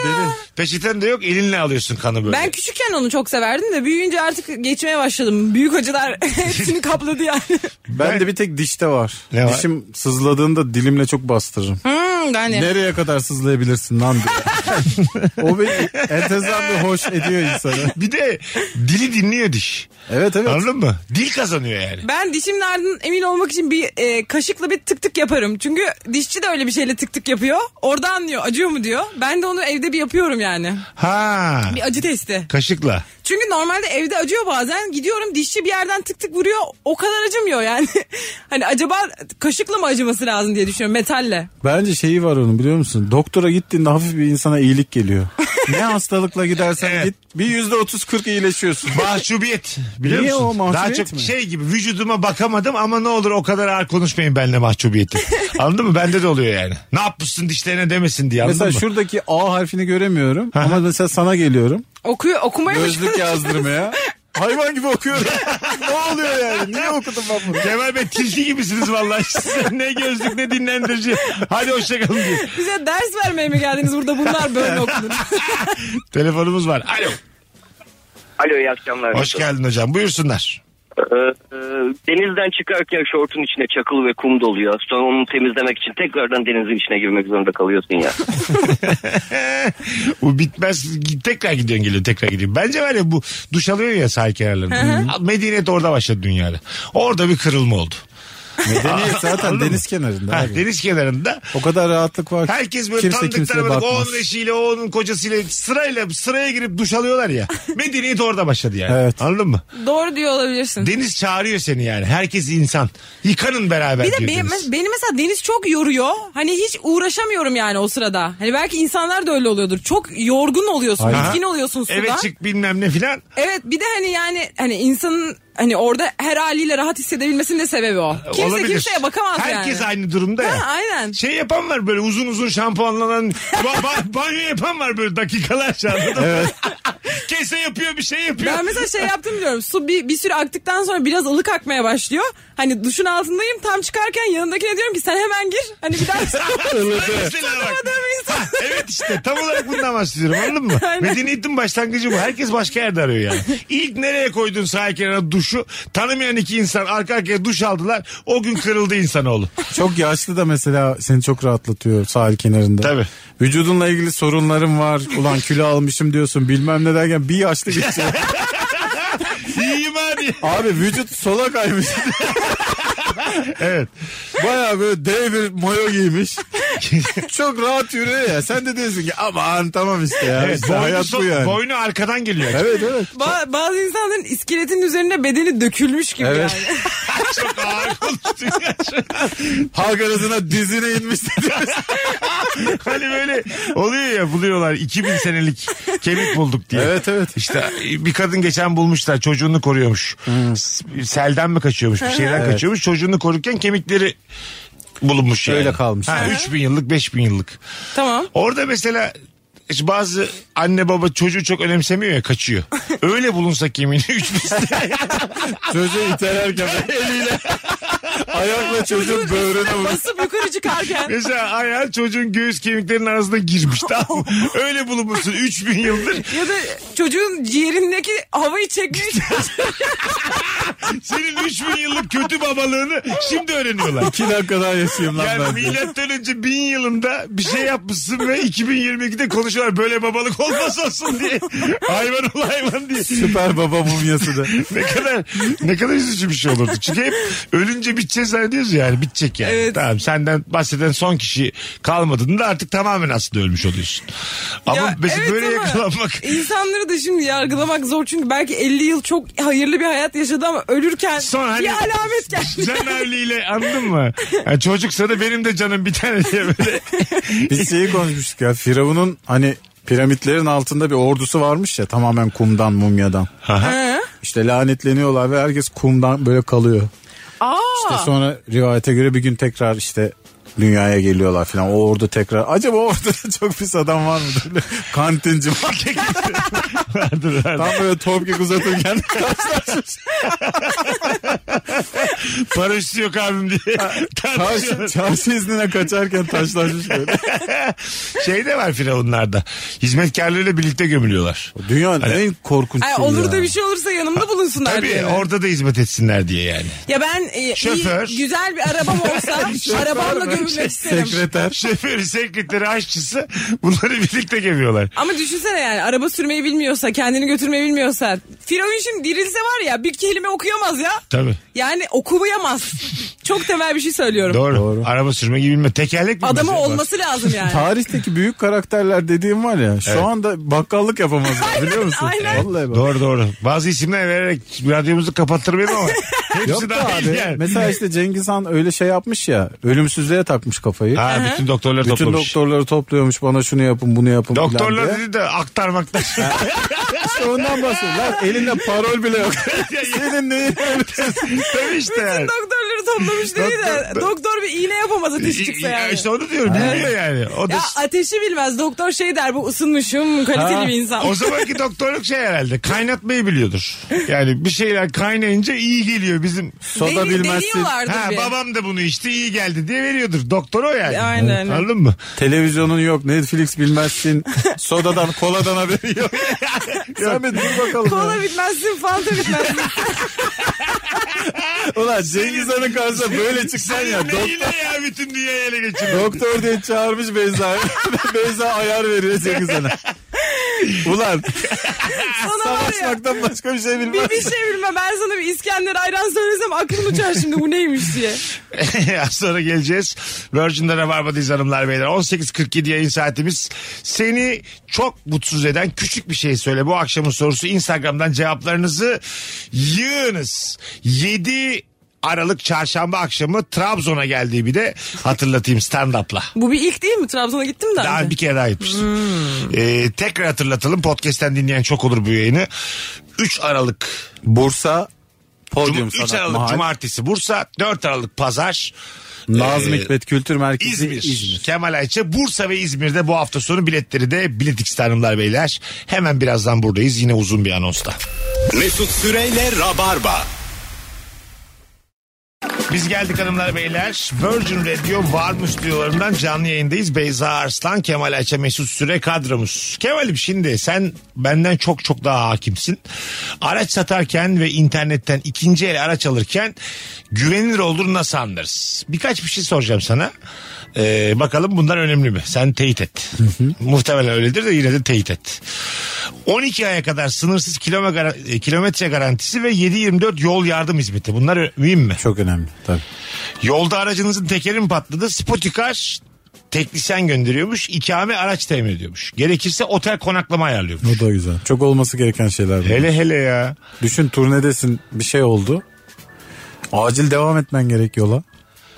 Peçeten de yok elinle alıyorsun kanı böyle. Ben küçükken onu çok severdim de büyüyünce artık geçmeye başladım. Büyük acılar hepsini kapladı yani. Ben de bir tek dişte var. Ne var? Dişim sızladığında dilimle çok bastırırım. Hmm, yani. Nereye kadar sızlayabilirsin lan diye. o beni enteresan bir hoş ediyor insanı. Bir de dili dinliyor diş. Evet evet. Anladın mı? Dil kazanıyor yani. Ben dişimin ardından emin olmak için bir e, kaşıkla bir tık tık yaparım. Çünkü dişçi de öyle bir şeyle tık tık yapıyor. Orada anlıyor acıyor mu diyor. Ben de onu evde bir yapıyorum yani. Ha. Bir acı testi. Kaşıkla. Çünkü normalde evde acıyor bazen. Gidiyorum dişçi bir yerden tık tık vuruyor. O kadar acımıyor yani. hani acaba kaşıkla mı acıması lazım diye düşünüyorum metalle. Bence şeyi var onun biliyor musun? Doktora gittiğinde hafif bir insana iyilik geliyor. ne hastalıkla gidersen Evet. git bir yüzde otuz kırk iyileşiyorsun. Mahcubiyet biliyor Niye musun? o mahcubiyet Daha çok mi? şey gibi vücuduma bakamadım ama ne olur o kadar ağır konuşmayın benimle mahcubiyeti. Anladın mı? Bende de oluyor yani. Ne yapmışsın dişlerine demesin diye anladın Mesela mı? şuradaki A harfini göremiyorum ama mesela sana geliyorum. Okuyor, okumaya mı Gözlük yazdırmaya. Hayvan gibi okuyorum. ne oluyor yani? Niye okudum ben bunu? Kemal Bey tilki gibisiniz vallahi. Size ne gözlük ne dinlendirici. Hadi hoşçakalın diye. Bize ders vermeye mi geldiniz burada bunlar böyle okunur. Telefonumuz var. Alo. Alo iyi akşamlar. Hoş geldin hocam. Buyursunlar. Ee, e, denizden çıkarken şortun içine çakıl ve kum doluyor. Sonra onu temizlemek için tekrardan denizin içine girmek zorunda kalıyorsun ya. Bu bitmez. Tekrar gidiyorsun geliyor tekrar gidiyor. Bence var ya bu duş alıyor ya sahil kenarlarında. Medeniyet orada başladı dünyada. Orada bir kırılma oldu. Medeniyet zaten Anladın deniz mı? kenarında. Ha, abi. deniz kenarında O kadar rahatlık var. ki. Herkes böyle kimse tanıdık kimseye tanımadık. O bakmaz. onun eşiyle, o onun kocasıyla sırayla sıraya girip duş alıyorlar ya. Medeniyet orada başladı yani. Evet. Anladın mı? Doğru diyor olabilirsin. Deniz çağırıyor seni yani. Herkes insan. Yıkanın beraber bir de diyor benim, Deniz. beni mesela deniz çok yoruyor. Hani hiç uğraşamıyorum yani o sırada. Hani belki insanlar da öyle oluyordur. Çok yorgun oluyorsun, Aha. bitkin oluyorsun suda. Evet çık bilmem ne filan. Evet bir de hani yani hani insanın hani orada her haliyle rahat hissedebilmesinin de sebebi o. Kimse Olabilir. kimseye bakamaz Herkes yani. aynı durumda ya. Ha, aynen. Şey yapan var böyle uzun uzun şampuanlanan ba- ba- banyo yapan var böyle dakikalarca. Evet. Kese yapıyor bir şey yapıyor. Ben mesela şey yaptım diyorum. Su bir, bir süre aktıktan sonra biraz ılık akmaya başlıyor. Hani duşun altındayım tam çıkarken yanındakine diyorum ki sen hemen gir. Hani bir daha Mesela bak. Tutamadığım insan. evet işte tam olarak bundan bahsediyorum anladın mı? Aynen. Medeniyetin başlangıcı bu. Herkes başka yerde arıyor yani. İlk nereye koydun sahil kenarına duşu? Tanımayan iki insan arka arkaya duş aldılar. O gün kırıldı insanoğlu. Çok yaşlı da mesela seni çok rahatlatıyor sahil kenarında. Tabii. Vücudunla ilgili sorunlarım var. Ulan kilo almışım diyorsun bilmem ne derken bir yaşlı geçiyor. İyiyim hadi. Abi vücut sola kaymış. Evet. Baya böyle dev bir mayo giymiş. Çok rahat yürüyor ya. Sen de diyorsun ki aman tamam işte ya. evet İşte boynu, hayat so- bu yani. boynu arkadan geliyor. Evet evet. Ba- bazı insanların iskeletin üzerine bedeni dökülmüş gibi Evet. yani. Çok ağır konuştun ya. Halk arasına dizine inmiş dedi. Hani böyle oluyor ya buluyorlar 2000 senelik kemik bulduk diye. Evet, evet. İşte e, bir kadın geçen bulmuşlar çocuğunu koruyormuş. Hmm. S- Selden mi kaçıyormuş bir şeyden kaçıyormuş. Çocuğunu korurken kemikleri bulunmuş yani. Öyle kalmış. Ha, 3000 yıllık 5000 yıllık. Tamam. Orada mesela işte bazı anne baba çocuğu çok önemsemiyor ya kaçıyor. Öyle bulunsa kemiğini 3000 sene. Çocuğu itererken böyle eliyle ayakla çocuğun böğrüne vuruyor. Basıp yukarı çıkarken. Mesela ayağı çocuğun göğüs kemiklerinin arasına girmiş tamam mı? Öyle bulunmuşsun 3000 yıldır. ya da çocuğun ciğerindeki havayı çekmiş. Senin 3000 yıllık kötü babalığını şimdi öğreniyorlar. İki dakika daha yaşayayım lan Yani ben. diye. milattan önce 1000 yılında bir şey yapmışsın ve 2022'de konuşuyorlar böyle babalık olmaz olsun diye. Hayvan ol hayvan diye. Süper baba mumyası da. Ne kadar ne kadar üzücü bir şey olurdu. Çünkü hep ölünce biteceğiz zannediyoruz yani bitecek yani. Evet. Tamam senden bahseden son kişi kalmadığında artık tamamen aslında ölmüş oluyorsun. Ama Ya mesela evet böyle ama yakalanmak. İnsanları da şimdi yargılamak zor çünkü belki 50 yıl çok hayırlı bir hayat yaşadı ama ölürken Sonra hani- bir alamet geldi. Can Avli'yle anladın mı? Yani çocuksa da benim de canım bir tane diye böyle Biz şeyi konuşmuştuk ya. Firavun'un hani piramitlerin altında bir ordusu varmış ya tamamen kumdan mumyadan. İşte lanetleniyorlar ve herkes kumdan böyle kalıyor. Aa. İşte sonra rivayete göre bir gün tekrar işte dünyaya geliyorlar falan. O ordu tekrar. Acaba orada da çok pis adam var mı? Böyle kantinci var. vardır. vardır. Tam böyle topkek uzatırken karşılaşmış. Paraşütü yok abim diye Çarşı, tartışıyorlar. çarşı iznine kaçarken taşlaşmış böyle. Şey de var firavunlarda. Hizmetkarlarıyla birlikte gömülüyorlar. Dünyanın en korkunç Ay, şeyi olur ya. da bir şey olursa yanımda bulunsunlar Tabii diye mi? orada da hizmet etsinler diye yani. Ya ben e, Şoför. iyi, güzel bir arabam olsa Şey, arabamla gömülmek isterim. Sekreter. Şoförü, sekreteri, aşçısı bunları birlikte gömüyorlar. Ama düşünsene yani araba sürmeyi bilmiyorsa, kendini götürmeyi bilmiyorsa. Firavun şimdi dirilse var ya bir kelime okuyamaz ya. Tabii. Yani okuyamaz. Çok temel bir şey söylüyorum. Doğru. Araba sürme gibi bilme. Tekerlek mi? Adamı mesela? olması lazım yani. Tarihteki büyük karakterler dediğim var ya şu anda bakkallık yapamaz biliyor musun? aynen. Vallahi bak. Doğru doğru. Bazı isimler vererek radyomuzu kapattırmayayım ama hepsi Yok da dahil abi. yani. Mesela işte Cengiz Han öyle şey yapmış ya. Ölümsüzlüğe takmış kafayı. Ha, bütün doktorları Bütün toplamış. doktorları topluyormuş bana şunu yapın bunu yapın filan Doktorlar diye. dedi de aktarmakta. İşte ondan bahsediyor. Lan elinde parol bile yok. Senin neyin Tabii işte yani. Doktorları toplamış değil de Doktor- doktor bir iğne yapamaz ateş çıksa Ya yani. İşte onu diyorum. Bilmiyor yani. O da Ya ateşi bilmez. Doktor şey der bu ısınmışım kaliteli Ha. bir insan. o zamanki doktorluk şey herhalde kaynatmayı biliyordur. Yani bir şeyler kaynayınca iyi geliyor bizim. soda Deli- bilmezsin. deliği vardır Ha, bir. babam da bunu içti iyi geldi diye veriyordur. Doktor o yani. Aynen. Anladın mı? Televizyonun yok Netflix bilmezsin. Sodadan koladan haberi yok. Sen bir dur bakalım. Kola ya. bitmezsin, fanta bitmezsin. Ulan Cengiz Han'ın karşısına böyle çıksan Sen ya. Doktor, neyle ya bütün dünyayı ele geçiriyor? doktor diye çağırmış Beyza'yı. Beyza ayar veriyor Cengiz Han'a. Ulan Sana var ya. savaşmaktan başka bir şey bilmez. Bir, bir şey bilmem ben sana bir İskender ayran söylesem aklım uçar şimdi bu neymiş diye. Az sonra geleceğiz. Virgin'de Rabarba'dayız hanımlar beyler. 18.47 yayın saatimiz. Seni çok mutsuz eden küçük bir şey söyle. Bu akşamın sorusu Instagram'dan cevaplarınızı yığınız. 7 Aralık çarşamba akşamı Trabzon'a geldiği bir de hatırlatayım stand-up'la. Bu bir ilk değil mi? Trabzon'a gittim daha, Daha önce. bir kere daha gitmiştim. Ee, tekrar hatırlatalım. Podcast'ten dinleyen çok olur bu yayını. 3 Aralık Bursa Cum- Podyum 3 Sanat Aralık Mahal. Cumartesi Bursa, 4 Aralık Pazar, Nazım Ee, Hikmet Kültür Merkezi İzmir. İzmir. Kemal Ayça Bursa ve İzmir'de bu hafta sonu biletleri de Bilet X'te hanımlar beyler. Hemen birazdan buradayız yine uzun bir anonsla. Mesut Süreyle Rabarba. Biz geldik hanımlar beyler. Virgin Radio Varmus stüdyolarından canlı yayındayız. Beyza Arslan, Kemal Ayça, Mesut Süre kadromuz. Kemal'im şimdi sen benden çok çok daha hakimsin. Araç satarken ve internetten ikinci el araç alırken güvenilir olduğunu nasıl anlarız? Birkaç bir şey soracağım sana. Ee, bakalım bunlar önemli mi? Sen teyit et. Muhtemelen öyledir de yine de teyit et. 12 aya kadar sınırsız kilome gara- e, kilometre garantisi ve 7-24 yol yardım hizmeti. Bunlar ö- mühim mi? Çok önemli tabii. Yolda aracınızın tekeri mi patladı? Spotikar teknisyen gönderiyormuş. İkame araç temin ediyormuş. Gerekirse otel konaklama ayarlıyormuş. O da güzel. Çok olması gereken şeyler bunlar. Hele hele ya. Düşün turnedesin bir şey oldu. Acil devam etmen gerek yola.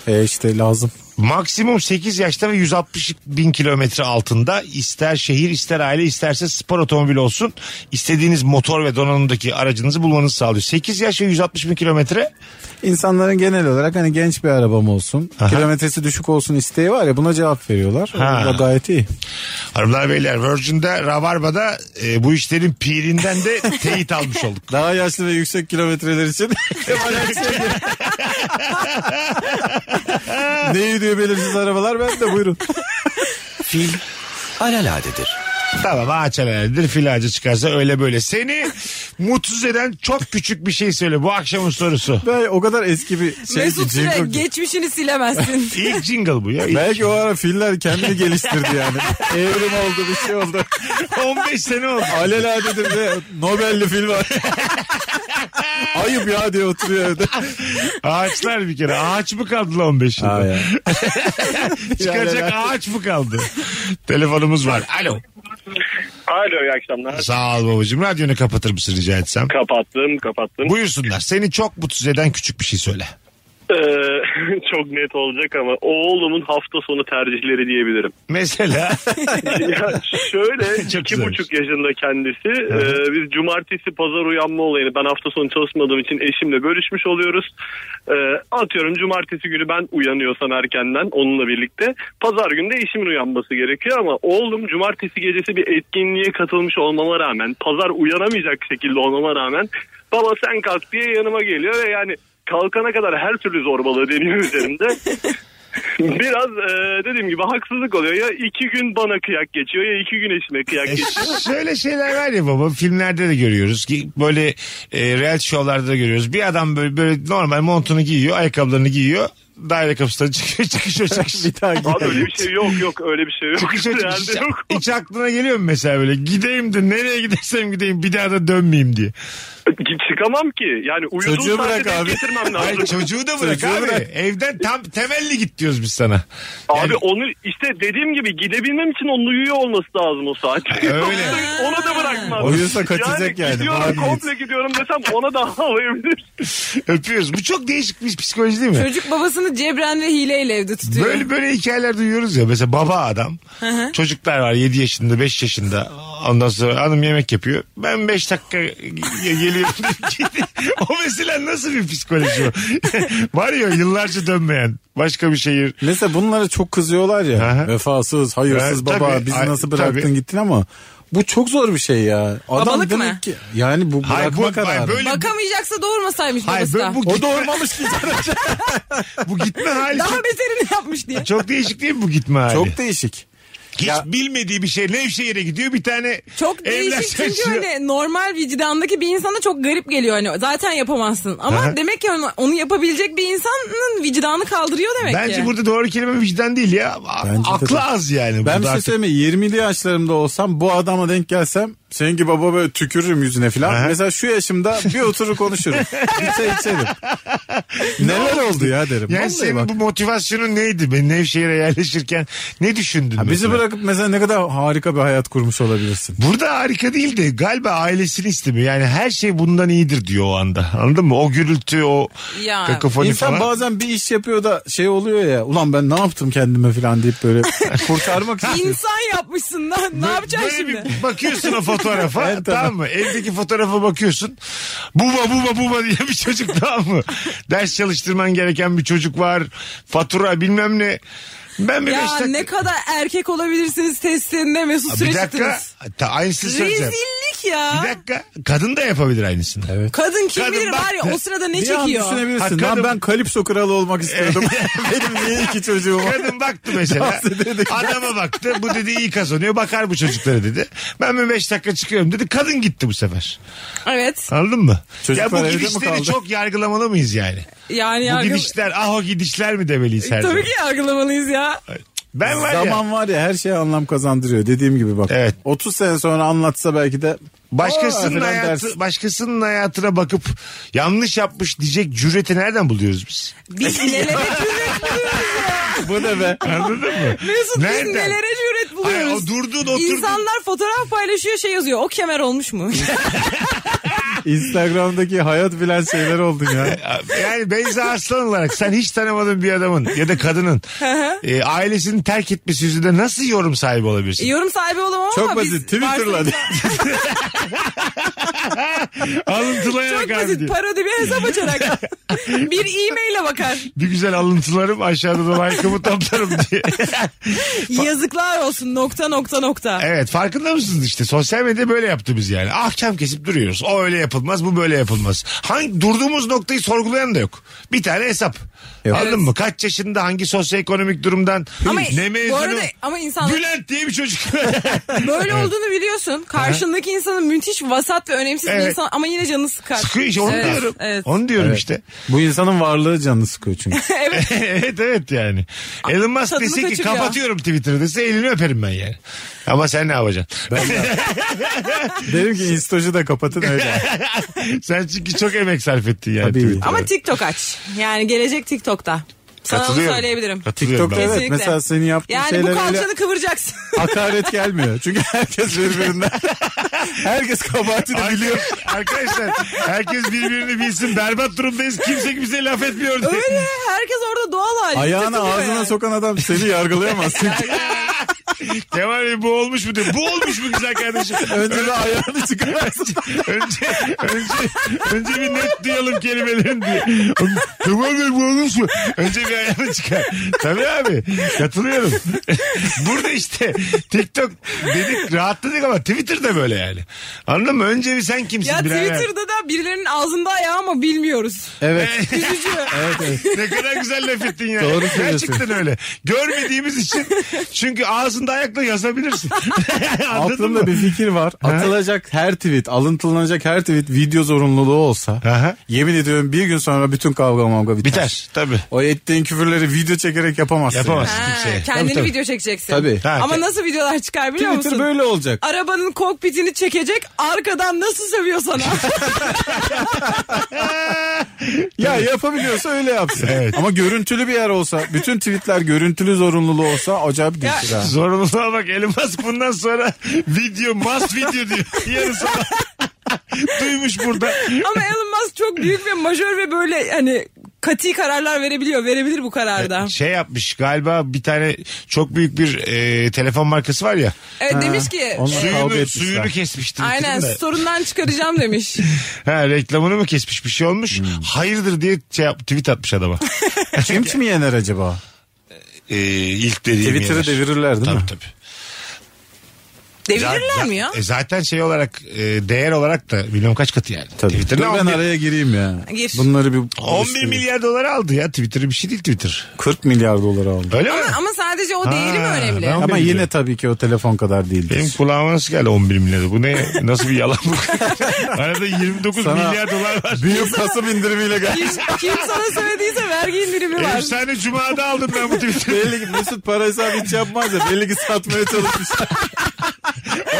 E işte lazım. Maksimum 8 yaşta ve 160 bin kilometre altında ister şehir ister aile isterse spor otomobil olsun istediğiniz motor ve donanımdaki aracınızı bulmanızı sağlıyor. 8 yaş ve 160 bin kilometre İnsanların genel olarak hani genç bir arabam olsun. Aha. Kilometresi düşük olsun isteği var ya buna cevap veriyorlar. Ha. O da gayet iyi. Hanımlar beyler Virgin'de Rabarba'da e, bu işlerin pirinden de teyit almış olduk. Daha yaşlı ve yüksek kilometreler için Neyi diyor belirsiz arabalar ben de buyurun. Fil alaladedir. Tamam ağaç helalidir fil ağacı çıkarsa öyle böyle. Seni mutsuz eden çok küçük bir şey söyle bu akşamın sorusu. Ben o kadar eski bir şey Mesut ki, jingle Süre ki. geçmişini silemezsin. İlk jingle bu ya. İlk. Belki o ara filler kendini geliştirdi yani. Evrim oldu bir şey oldu. 15 sene oldu. Alelade dedim de Nobel'li fil var. Ayıp ya diye oturuyor evde. Ağaçlar bir kere. Ağaç mı kaldı lan 15 yılda? Çıkacak Yani- ağaç mı kaldı? Telefonumuz var. Alo. Alo iyi akşamlar. Sağ ol babacığım. Radyonu kapatır mısın rica etsem? Kapattım kapattım. Buyursunlar. Seni çok mutsuz eden küçük bir şey söyle. Ee, çok net olacak ama oğlumun hafta sonu tercihleri diyebilirim. Mesela Ya şöyle Çok iki güzelmiş. buçuk yaşında kendisi. Ee, biz cumartesi pazar uyanma olayını ben hafta sonu çalışmadığım için eşimle bölüşmüş oluyoruz. Ee, atıyorum cumartesi günü ben uyanıyorsam erkenden onunla birlikte. Pazar günü de eşimin uyanması gerekiyor ama oğlum cumartesi gecesi bir etkinliğe katılmış olmama rağmen pazar uyanamayacak şekilde olmama rağmen baba sen kalk diye yanıma geliyor ve yani kalkana kadar her türlü zorbalığı deniyor üzerinde. Biraz e, dediğim gibi haksızlık oluyor. Ya iki gün bana kıyak geçiyor ya iki gün eşime kıyak E, geçiyor. şöyle şeyler var ya baba filmlerde de görüyoruz ki böyle e, real show'larda da görüyoruz. Bir adam böyle, böyle normal montunu giyiyor, ayakkabılarını giyiyor. daire kapısından çıkıyor. Çıkış o çıkış. Bir daha Abi gidelim. öyle bir şey yok yok öyle bir şey yok. Çıkış o çıkış. Hiç, Herhalde yok. hiç aklına geliyor mu mesela böyle? Gideyim de nereye gidersem gideyim bir daha da dönmeyeyim diye. Çıkamam ki. Yani uyuduğum Çocuğu saatte bırak denk abi. getirmem lazım. Ay çocuğu da bırak Çocuğu abi. bırak. Evden tam temelli git diyoruz biz sana. Abi Yani- onu işte dediğim gibi gidebilmem için onun uyuyor olması lazım o saat. Öyle. onu da bırakmam. Uyuyorsa kaçacak yani. Gidiyorum Mağduriyet. komple gidiyorum desem ona da havlayabilir. Öpüyoruz. Bu çok değişik bir psikoloji değil mi? Çocuk babasını cebren ve hileyle evde tutuyor. Böyle böyle hikayeler duyuyoruz ya. Mesela baba adam. Çocuklar var 7 yaşında 5 yaşında. Ondan sonra hanım yemek yapıyor. Ben 5 dakika ge- geliyorum. o mesela nasıl bir psikoloji o? var ya yıllarca dönmeyen başka bir şehir. Mesela bunlara çok kızıyorlar ya. Aha. Vefasız, hayırsız Ha, baba tabii. bizi Ay, nasıl bıraktın tabii. gittin ama bu çok zor bir şey ya. Adam Babalık demek mı? ki yani bu Hayır, bırakma bu- hayır, kararı. böyle- Bakamayacaksa doğurmasaymış Hayır, babası da. bu, bu, O gitme, doğurmamış ki. bu gitme hali Daha çok, beterini yapmış diye. çok değişik değil mi bu gitme hali? çok değişik. Hiç bilmediği bir şey Nevşehir'e gidiyor bir tane Çok evler değişik çünkü seçiyor. hani normal vicdandaki bir insana çok garip geliyor hani zaten yapamazsın ama Aha. demek ki onu, onu yapabilecek bir insanın vicdanı kaldırıyor demek Bence ki. burada doğru kelime vicdan değil ya. Bence de Aklı tabii. az yani. Ben bir burada şey artık. söyleyeyim mi? 20'li yaşlarımda olsam bu adama denk gelsem seninki baba böyle tükürürüm yüzüne Aha. falan. Mesela şu yaşımda bir oturur konuşurum. İçe içerim. Neler oldu ya derim. Yani Vallahi senin bak. bu motivasyonun neydi? Ben Nevşehir'e yerleşirken ne düşündün? Ha, bizi mesela? bırakıp mesela ne kadar harika bir hayat kurmuş olabilirsin. Burada harika değil de galiba ailesini istemiyor. Yani her şey bundan iyidir diyor o anda. Anladın mı? O gürültü, o Ya, kakafoni İnsan falan. bazen bir iş yapıyor da şey oluyor ya ulan ben ne yaptım kendime falan deyip böyle kurtarmak istiyor. İnsan yapmışsın lan ne yapacaksın Böyle şimdi? bir bakıyorsun o fotoğrafa Evet, tamam. tamam mı? Evdeki fotoğrafa bakıyorsun. Buba buba buba diye bir çocuk tamam mı? Ders çalıştırman gereken bir çocuk var. Fatura bilmem ne. Ben bir beş Ya dakika- ne kadar erkek olabilirsiniz testinde Mesut Bir Süre dakika. çıktınız. Ta, aynısını söyleyeceğim. Rezillik Bir ya dakika. Kadın da yapabilir aynısını. Evet. kadın kim Kadın bilir bak- var ya o sırada ne Bir an çekiyor? düşünebilirsin. Hakikaten- Lan ben Kalipso kralı olmak istiyordum. Benim niye iki çocuğum var? Kadın baktı mesela. Dans ederek. Adama baktı. Bu dedi iyi kazanıyor. Bakar bu çocuklara dedi. Ben bir beş dakika çıkıyorum dedi. Kadın gitti bu sefer. Evet Anladın mı? ya Çocuklar evde bu mi gidişleri kaldı? çok yargılamalı mıyız yani? yani Bu yargı... gidişler ah o gidişler mi demeliyiz her zaman? tabii ki yargılamalıyız ya. Ben var ya. Zaman var ya her şeye anlam kazandırıyor. Dediğim gibi bak. Evet. 30 sene sonra anlatsa belki de Başkasının "Aa" falan hayatı, dersin. başkasının hayatına bakıp yanlış yapmış diyecek cüreti nereden buluyoruz biz? Biz nelere cüret buluyoruz ya. Bu ne be? Anladın mı? Mesut Nereden? biz nelere cüret buluyoruz. Hayır, o durduğun oturdun. İnsanlar fotoğraf paylaşıyor şey yazıyor. O kemer olmuş mu? Instagram'daki hayat bilen şeyler oldun ya. Yani Beyza Arslan olarak sen hiç tanımadığın bir adamın ya da kadının e, ailesini terk etmesi yüzünden nasıl yorum sahibi olabilirsin? Yorum sahibi olamam Çok ama biz... basit. Twitter'la. varsayımda- Alıntılayarak Çok abi basit diyor. parodi bir hesap açarak. bir e-maile bakar. Bir güzel alıntılarım aşağıda da like'ımı toplarım diye. Yazıklar olsun nokta nokta nokta. evet farkında mısınız işte sosyal medya böyle yaptı biz yani. Ahkam kesip duruyoruz. O öyle yapılmaz bu böyle yapılmaz. Hangi durduğumuz noktayı sorgulayan da yok. Bir tane hesap. Yok. Anladın mı? Kaç yaşında hangi sosyoekonomik durumdan Ama ne bu mezunu? arada ama insanlar- Bülent diye bir çocuk. Böyle olduğunu biliyorsun. Karşındaki insanın müthiş vasat ve önemsiz Evet. bir insan ama yine canı sıkar. Sıkıyor işte, onu Evet, diyorum. evet. Onu diyorum Evet. işte. Bu insanın varlığı canını sıkıyor çünkü. evet. evet evet yani. Elon Musk tadını dese ki kaçırıyor. kapatıyorum Twitter'ı dese elini öperim ben yani. Ama sen ne yapacaksın? Derim ki Instagram'ı da kapatın öyle. sen çünkü çok emek sarf ettin yani. Tabii. Twitter'a. Ama TikTok aç. Yani gelecek TikTok'ta. Sana onu Katılıyorum. söyleyebilirim. Katılıyorum TikTok'ta ben. evet Kesinlikle. mesela senin yaptığın Yani bu şeyler öyle kalçanı kıvıracaksın. hakaret gelmiyor. Çünkü herkes birbirinden. herkes kabahatini Arka- biliyor. Arkadaşlar herkes birbirini bilsin. Berbat durumdayız. Kimse kimseye laf etmiyor diye. Öyle herkes orada doğal hali. Ayağını ağzına sokan adam seni yargılayamaz. Çünkü Kemal Bey bu olmuş mu diyor. Bu olmuş mu güzel kardeşim? önce bir ayağını çıkararsın. önce, önce, önce bir net duyalım kelimelerini diye. Kemal Bey bu olmuş mu? Önce bir ayağını çıkar. Tabii abi katılıyorum. Burada işte TikTok dedik rahatladık ama Twitter'da böyle yani. Anladın mı? Önce bir sen kimsin? Ya birader? Twitter'da da birilerinin ağzında ayağı ama bilmiyoruz. Evet. Üzücü. evet, evet. ne kadar güzel laf ettin ya. Doğru söylüyorsun. Gerçekten öyle. Görmediğimiz için çünkü ağzın altında ayakla yazabilirsin. Anladın Aklımda mı? bir fikir var. Atılacak her tweet, alıntılanacak her tweet video zorunluluğu olsa. Aha. Yemin ediyorum bir gün sonra bütün kavga mavga biter. Biter tabii. O ettiğin küfürleri video çekerek yapamazsın. Yapamazsın Ha, kimseye. kendini şey. Tabii, tabii. video çekeceksin. Tabii. Ha, Ama ke- nasıl videolar çıkar biliyor Yani. Twitter musun? böyle olacak. Arabanın kokpitini çekecek arkadan nasıl sövüyor sana? Ya yapabiliyorsa öyle yapsın. Evet. Ama görüntülü bir yer olsa, bütün tweetler görüntülü zorunluluğu olsa acayip bir iştir ha. Zorunluluğa bak Elon Musk bundan sonra video must video diyor. Yarın sabah. Duymuş burada. Ama Elon Musk çok büyük ve majör ve böyle hani kati kararlar verebiliyor. Verebilir bu kararda. Şey yapmış galiba bir tane çok büyük bir e, telefon markası var ya. Evet E, demiş ki Onlar kavga Suyunu, etmişler. suyunu kesmişti. aynen Twitter'ın da. sorundan çıkaracağım demiş. Ha, reklamını mı kesmiş bir şey olmuş. Hmm. Hayırdır diye şey yap, tweet atmış adama. Kim kimi yener acaba? e, ilk dediğim Twitter'ı yerler. devirirler değil tabii, mi? Tabii Devirirler Zaten- mi ya? e, zaten şey olarak e, değer olarak da bilmem kaç katı yani. Tabii. Twitter'ın Dur ben 11, araya gireyim ya. Gir. Bunları bir 11 milyar dolar aldı ya Twitter'ı bir şey değil Twitter. 40 milyar dolar aldı. Öyle mi? Ama sadece o değeri mi e, Ha, önemli? ben- Ama 11 yine milyar. tabii ki o telefon kadar Benim değildir. kulağıma nasıl geldi 11 milyar? Bu ne? Nasıl bir yalan bu? Arada 29 Sana milyar dolar var. Büyük Kasım indirimiyle geldi. Kim, kim sana söylediyse vergi indirimi var. Efsane Cuma'da aldım ben bu Twitter'ı. Belli ki Mesut para hesabı hiç yapmaz ya. Belli ki satmaya çalışmış.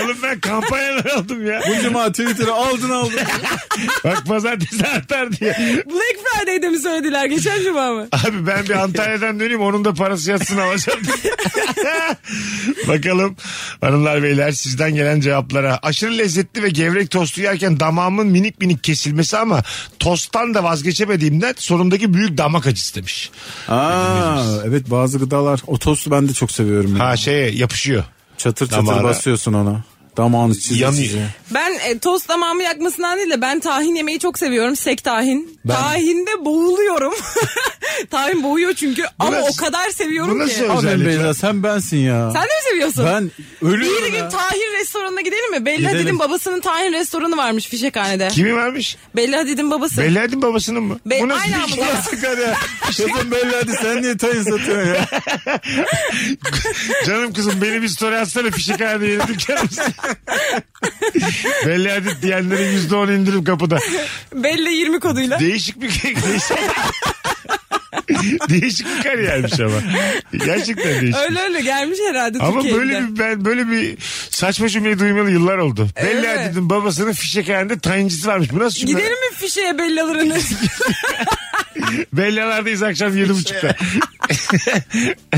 Oğlum ben kampanyalar aldım ya. Bu cuma Twitter'ı aldın aldın. Bak pazartesi artar diye. Black Friday'de mi söylediler geçen cuma mı? Abi ben bir Antalya'dan döneyim onun da parası yatsın alacağım. Bakalım hanımlar beyler sizden gelen cevaplara. Aşırı lezzetli ve gevrek tostu yerken damağımın minik minik kesilmesi ama tosttan da vazgeçemediğimden sonundaki büyük damak acısı demiş. Aa, evet bazı gıdalar. O tostu ben de çok seviyorum. Ha şeye yapışıyor. Çatır çatır Damara. basıyorsun ona. Damağını çiz. Yanıyor. Ben e, tost damağımı yakmasından değil de ben tahin yemeyi çok seviyorum. Sek tahin. Tahinde boğuluyorum. tahin boğuyor çünkü ama nasıl- o kadar seviyorum bu şey? nasıl ki. özellik? Aferin Özellikle. Beyza sen bensin ya. Sen de mi seviyorsun? Ben ölüyorum Bir gün ya. Tahir restoranına gidelim mi? Bella Gidelim. Hadid'in babasının Tahir restoranı varmış Fişekhane'de. Kimi vermiş? Bella Hadid'in babası. Belli edin babasının mı? Be- Bu nasıl Aynen bir bu şey? da. Sigara. Kızım belli hadi sen niye tayin satıyorsun ya? Canım kızım beni bir story atsana fişek halinde yeni dükkanımız. Belli edin diyenlerin yüzde on indirim kapıda. Bella 20 koduyla. Değişik bir şey, değişik, değişik bir kariyermiş ama. Gerçekten değişik. Öyle öyle gelmiş herhalde Ama Türkiye'de. böyle bir şey- ben böyle bir saçma cümleyi duymalı yıllar oldu. Evet. Belli dedim babasının fişekhanede tayincisi varmış. Bu nasıl cümle? Gidelim mi fişeye Bella'ların? Bellalardayız akşam yedi buçukta.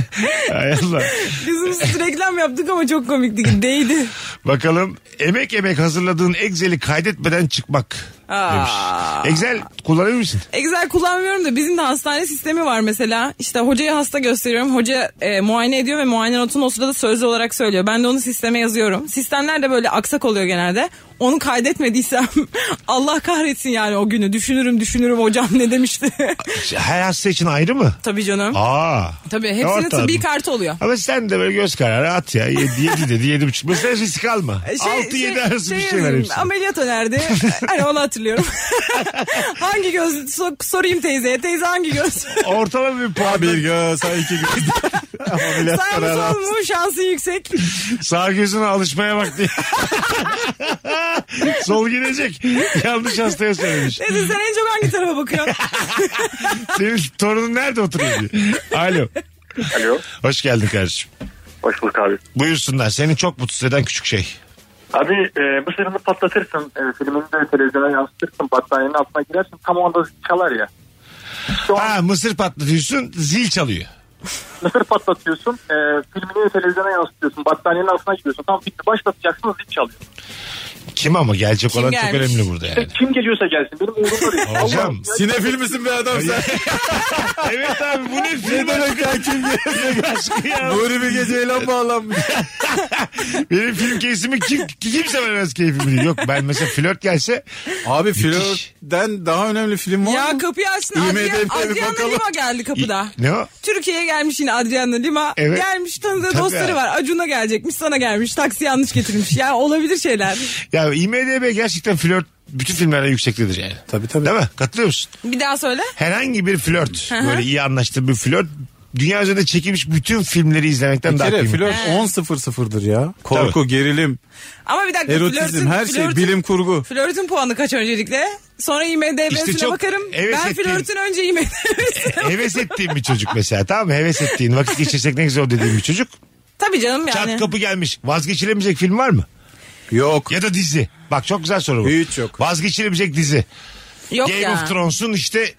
Hay Allah. Bizim süt reklam yaptık ama çok komikti. Değdi. Bakalım emek emek hazırladığın Excel'i kaydetmeden çıkmak. Demiş. Aa. Excel kullanır mısın? Excel kullanmıyorum da bizim de hastane sistemi var mesela. İşte hocaya hasta gösteriyorum. Hoca e, muayene ediyor ve muayene notunu o sırada sözlü olarak söylüyor. Ben de onu sisteme yazıyorum. Sistemler de böyle aksak oluyor genelde. Onu kaydetmediysem Allah kahretsin yani o günü. Düşünürüm düşünürüm hocam ne demişti. Her hasta için ayrı mı? Tabii canım. Aa. Tabii hepsinin Ortalama. tıbbi kartı oluyor. Ama sen de böyle göz kararı at ya. 7, 7 dedi 7 buçuk. Mesela risk alma. Şey- 6-7 şey- arası bir şey şey ver yazıyorum, hepsine. Ameliyat önerdi. hani onu hatırlıyorum. hangi göz so- sorayım teyzeye. Teyze hangi göz? Ortalama bir puan. Bir göz, ha iki göz. Ameliyat Sağ mı kararı al. sol mu şansı yüksek. Sağ gözüne alışmaya bak diye. Sol gidecek. Yanlış hastaya söylemiş. Teyze sen en çok hangi tarafa bakıyorsun? Senin torunun nerede oturuyor diye. Alo. Alo. Hoş geldin kardeşim. Hoş bulduk abi. Buyursunlar. Seni çok mutsuz eden küçük şey. Abi e, mısırını patlatırsın, e, filmini de televizyona yansıtırsın, battaniyenin altına girersin, tam o anda çalar ya. İşte o Ha mısır patlatıyorsun zil çalıyor. mısır patlatıyorsun, e, filmini de televizyona yansıtıyorsun, battaniyenin altına giriyorsun, tam bitti başlatacaksın, zil çalıyor. Kim ama gelecek Kim olan çok gelmiş? önemli burada yani. Kim geliyorsa gelsin, benim uğrum arıyor. Hocam. Sinefil misin be adam sen? evet abi bu ne ne film demek ya kim gelse aşkı ya. Nuri bir geceyle bağlanmış. Benim film keyfimi kim, kimse vermez keyfimi diyor. Yok ben mesela flört gelse Abi Müthiş. flörtten daha önemli film var Ya mı? kapıyı açtın IMDb'ye Adrian, bir Adriana bakalım. Lima geldi kapıda. ne o? Türkiye'ye gelmiş yine Adriana Lima. Evet. Gelmiş tanıdığı Tabii dostları abi. var. Acun'a gelecekmiş sana gelmiş. Taksi yanlış getirmiş. ya olabilir şeyler. Ya IMDB gerçekten flört bütün filmlerde yüksektedir yani. Tabii, tabii. Değil mi? Katılıyor musun? Bir daha söyle. Herhangi bir flört. hı. Böyle iyi anlaştığı bir flört dünya üzerinde çekilmiş bütün filmleri izlemekten Bir daha kere kıymetli. flört He. 10.00'dır ya. Korku, Tabii. gerilim, Ama bir dakika erotizm, flörtün, her şey, flörtün- bilim kurgu. Flörtün puanı kaç öncelikle? Sonra IMDB'sine İşte çok bakarım. heves ben ettiğim- flörtün önce IMDB'sine bakarım. Heves ettiğim bir çocuk mesela tamam mı? Heves ettiğin vakit geçirsek ne güzel olur dediğim bir çocuk. Tabii canım Çat yani. kapı gelmiş. Vazgeçilemeyecek film var mı? Yok. Ya da dizi. Bak çok güzel soru bu. Hiç yok. Vazgeçilemeyecek dizi. Yok Game ya. of Thrones'un işte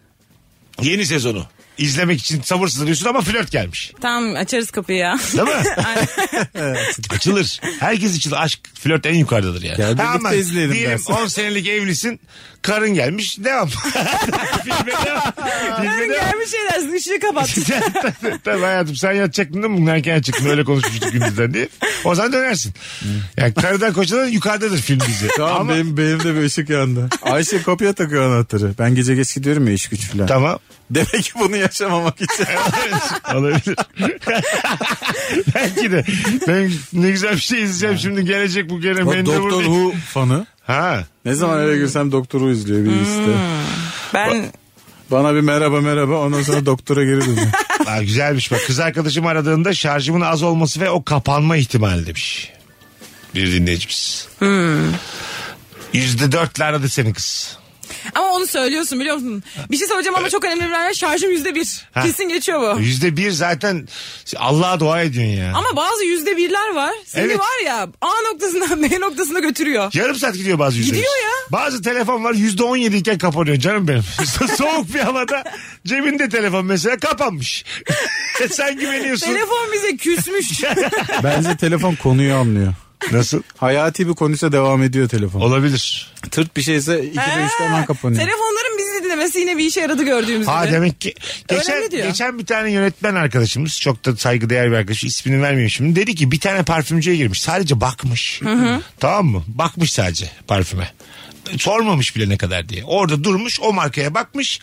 yeni sezonu. İzlemek için sabırsızlanıyorsun ama flört gelmiş. Tamam açarız kapıyı ya. Değil mi? Aynen. Açılır. Herkes için aşk, flört en yukarıdadır yani. Gel birlikte Ama izleyelim Diyelim dersin. 10 senelik evlisin. Karın gelmiş. Devam. Filme devam. Filme Yarın devam. gelmiş şey dersin ışığı kapat. Tabii hayatım sen yatacaktın değil mi? Bunlar erken çıktın öyle konuşmuştuk gündüzden diye. O zaman dönersin. Yani karıdan kocadan yukarıdadır film dizi. Hmm. Tamam Ama- benim, benim de bir ışık yandı. Ayşe kapıya takıyor anahtarı. Ben gece geç gidiyorum ya iş güç falan. Tamam. Demek ki bunu yaşamamak için. Olabilir. Belki de. Benim ne güzel bir şey izleyeceğim şimdi gelecek bu gene. O Mendebur Doktor değil. Who fanı. Ha. Ne zaman eve girsem doktoru izliyor Hmm. bir liste. Ben Bana bir merhaba merhaba ondan sonra doktora geri dönüyor. Aa, güzelmiş bak. Kız arkadaşım aradığında şarjımın az olması ve o kapanma ihtimali demiş. Bir dinleyicimiz. Hmm. Yüzde dörtle aradı seni kız. ama onu söylüyorsun biliyor musun? Bir şey söyleyeceğim ama çok önemli bir haber. Şarjım yüzde bir. Ha. Kesin geçiyor Ah. bu. Yüzde bir zaten Allah'a dua ediyorsun ya. Ama bazı yüzde birler var. Seni Evet. var ya A noktasından B noktasına götürüyor. Yarım saat gidiyor bazı yüzde. Gidiyor yüz. ya. Bazı telefon var yüzde on yedi iken kapanıyor canım benim. Soğuk bir havada cebinde telefon mesela kapanmış. E Sen güveniyorsun. Telefon bize küsmüş. Bence telefon konuyu anlıyor. Nasıl? Hayati bir konuysa devam ediyor telefon. Olabilir. Tırt bir şeyse ikide üçte hemen kapanıyor. Telefonların bizi dinlemesi yine bir işe yaradı gördüğümüz gibi. Ha demek ki geçen, Önemli diyor. geçen bir tane yönetmen arkadaşımız çok da saygıdeğer bir arkadaş ismini vermeyeyim şimdi dedi ki bir tane parfümcüye girmiş sadece bakmış tamam mı bakmış sadece parfüme sormamış bile ne kadar diye orada durmuş o markaya bakmış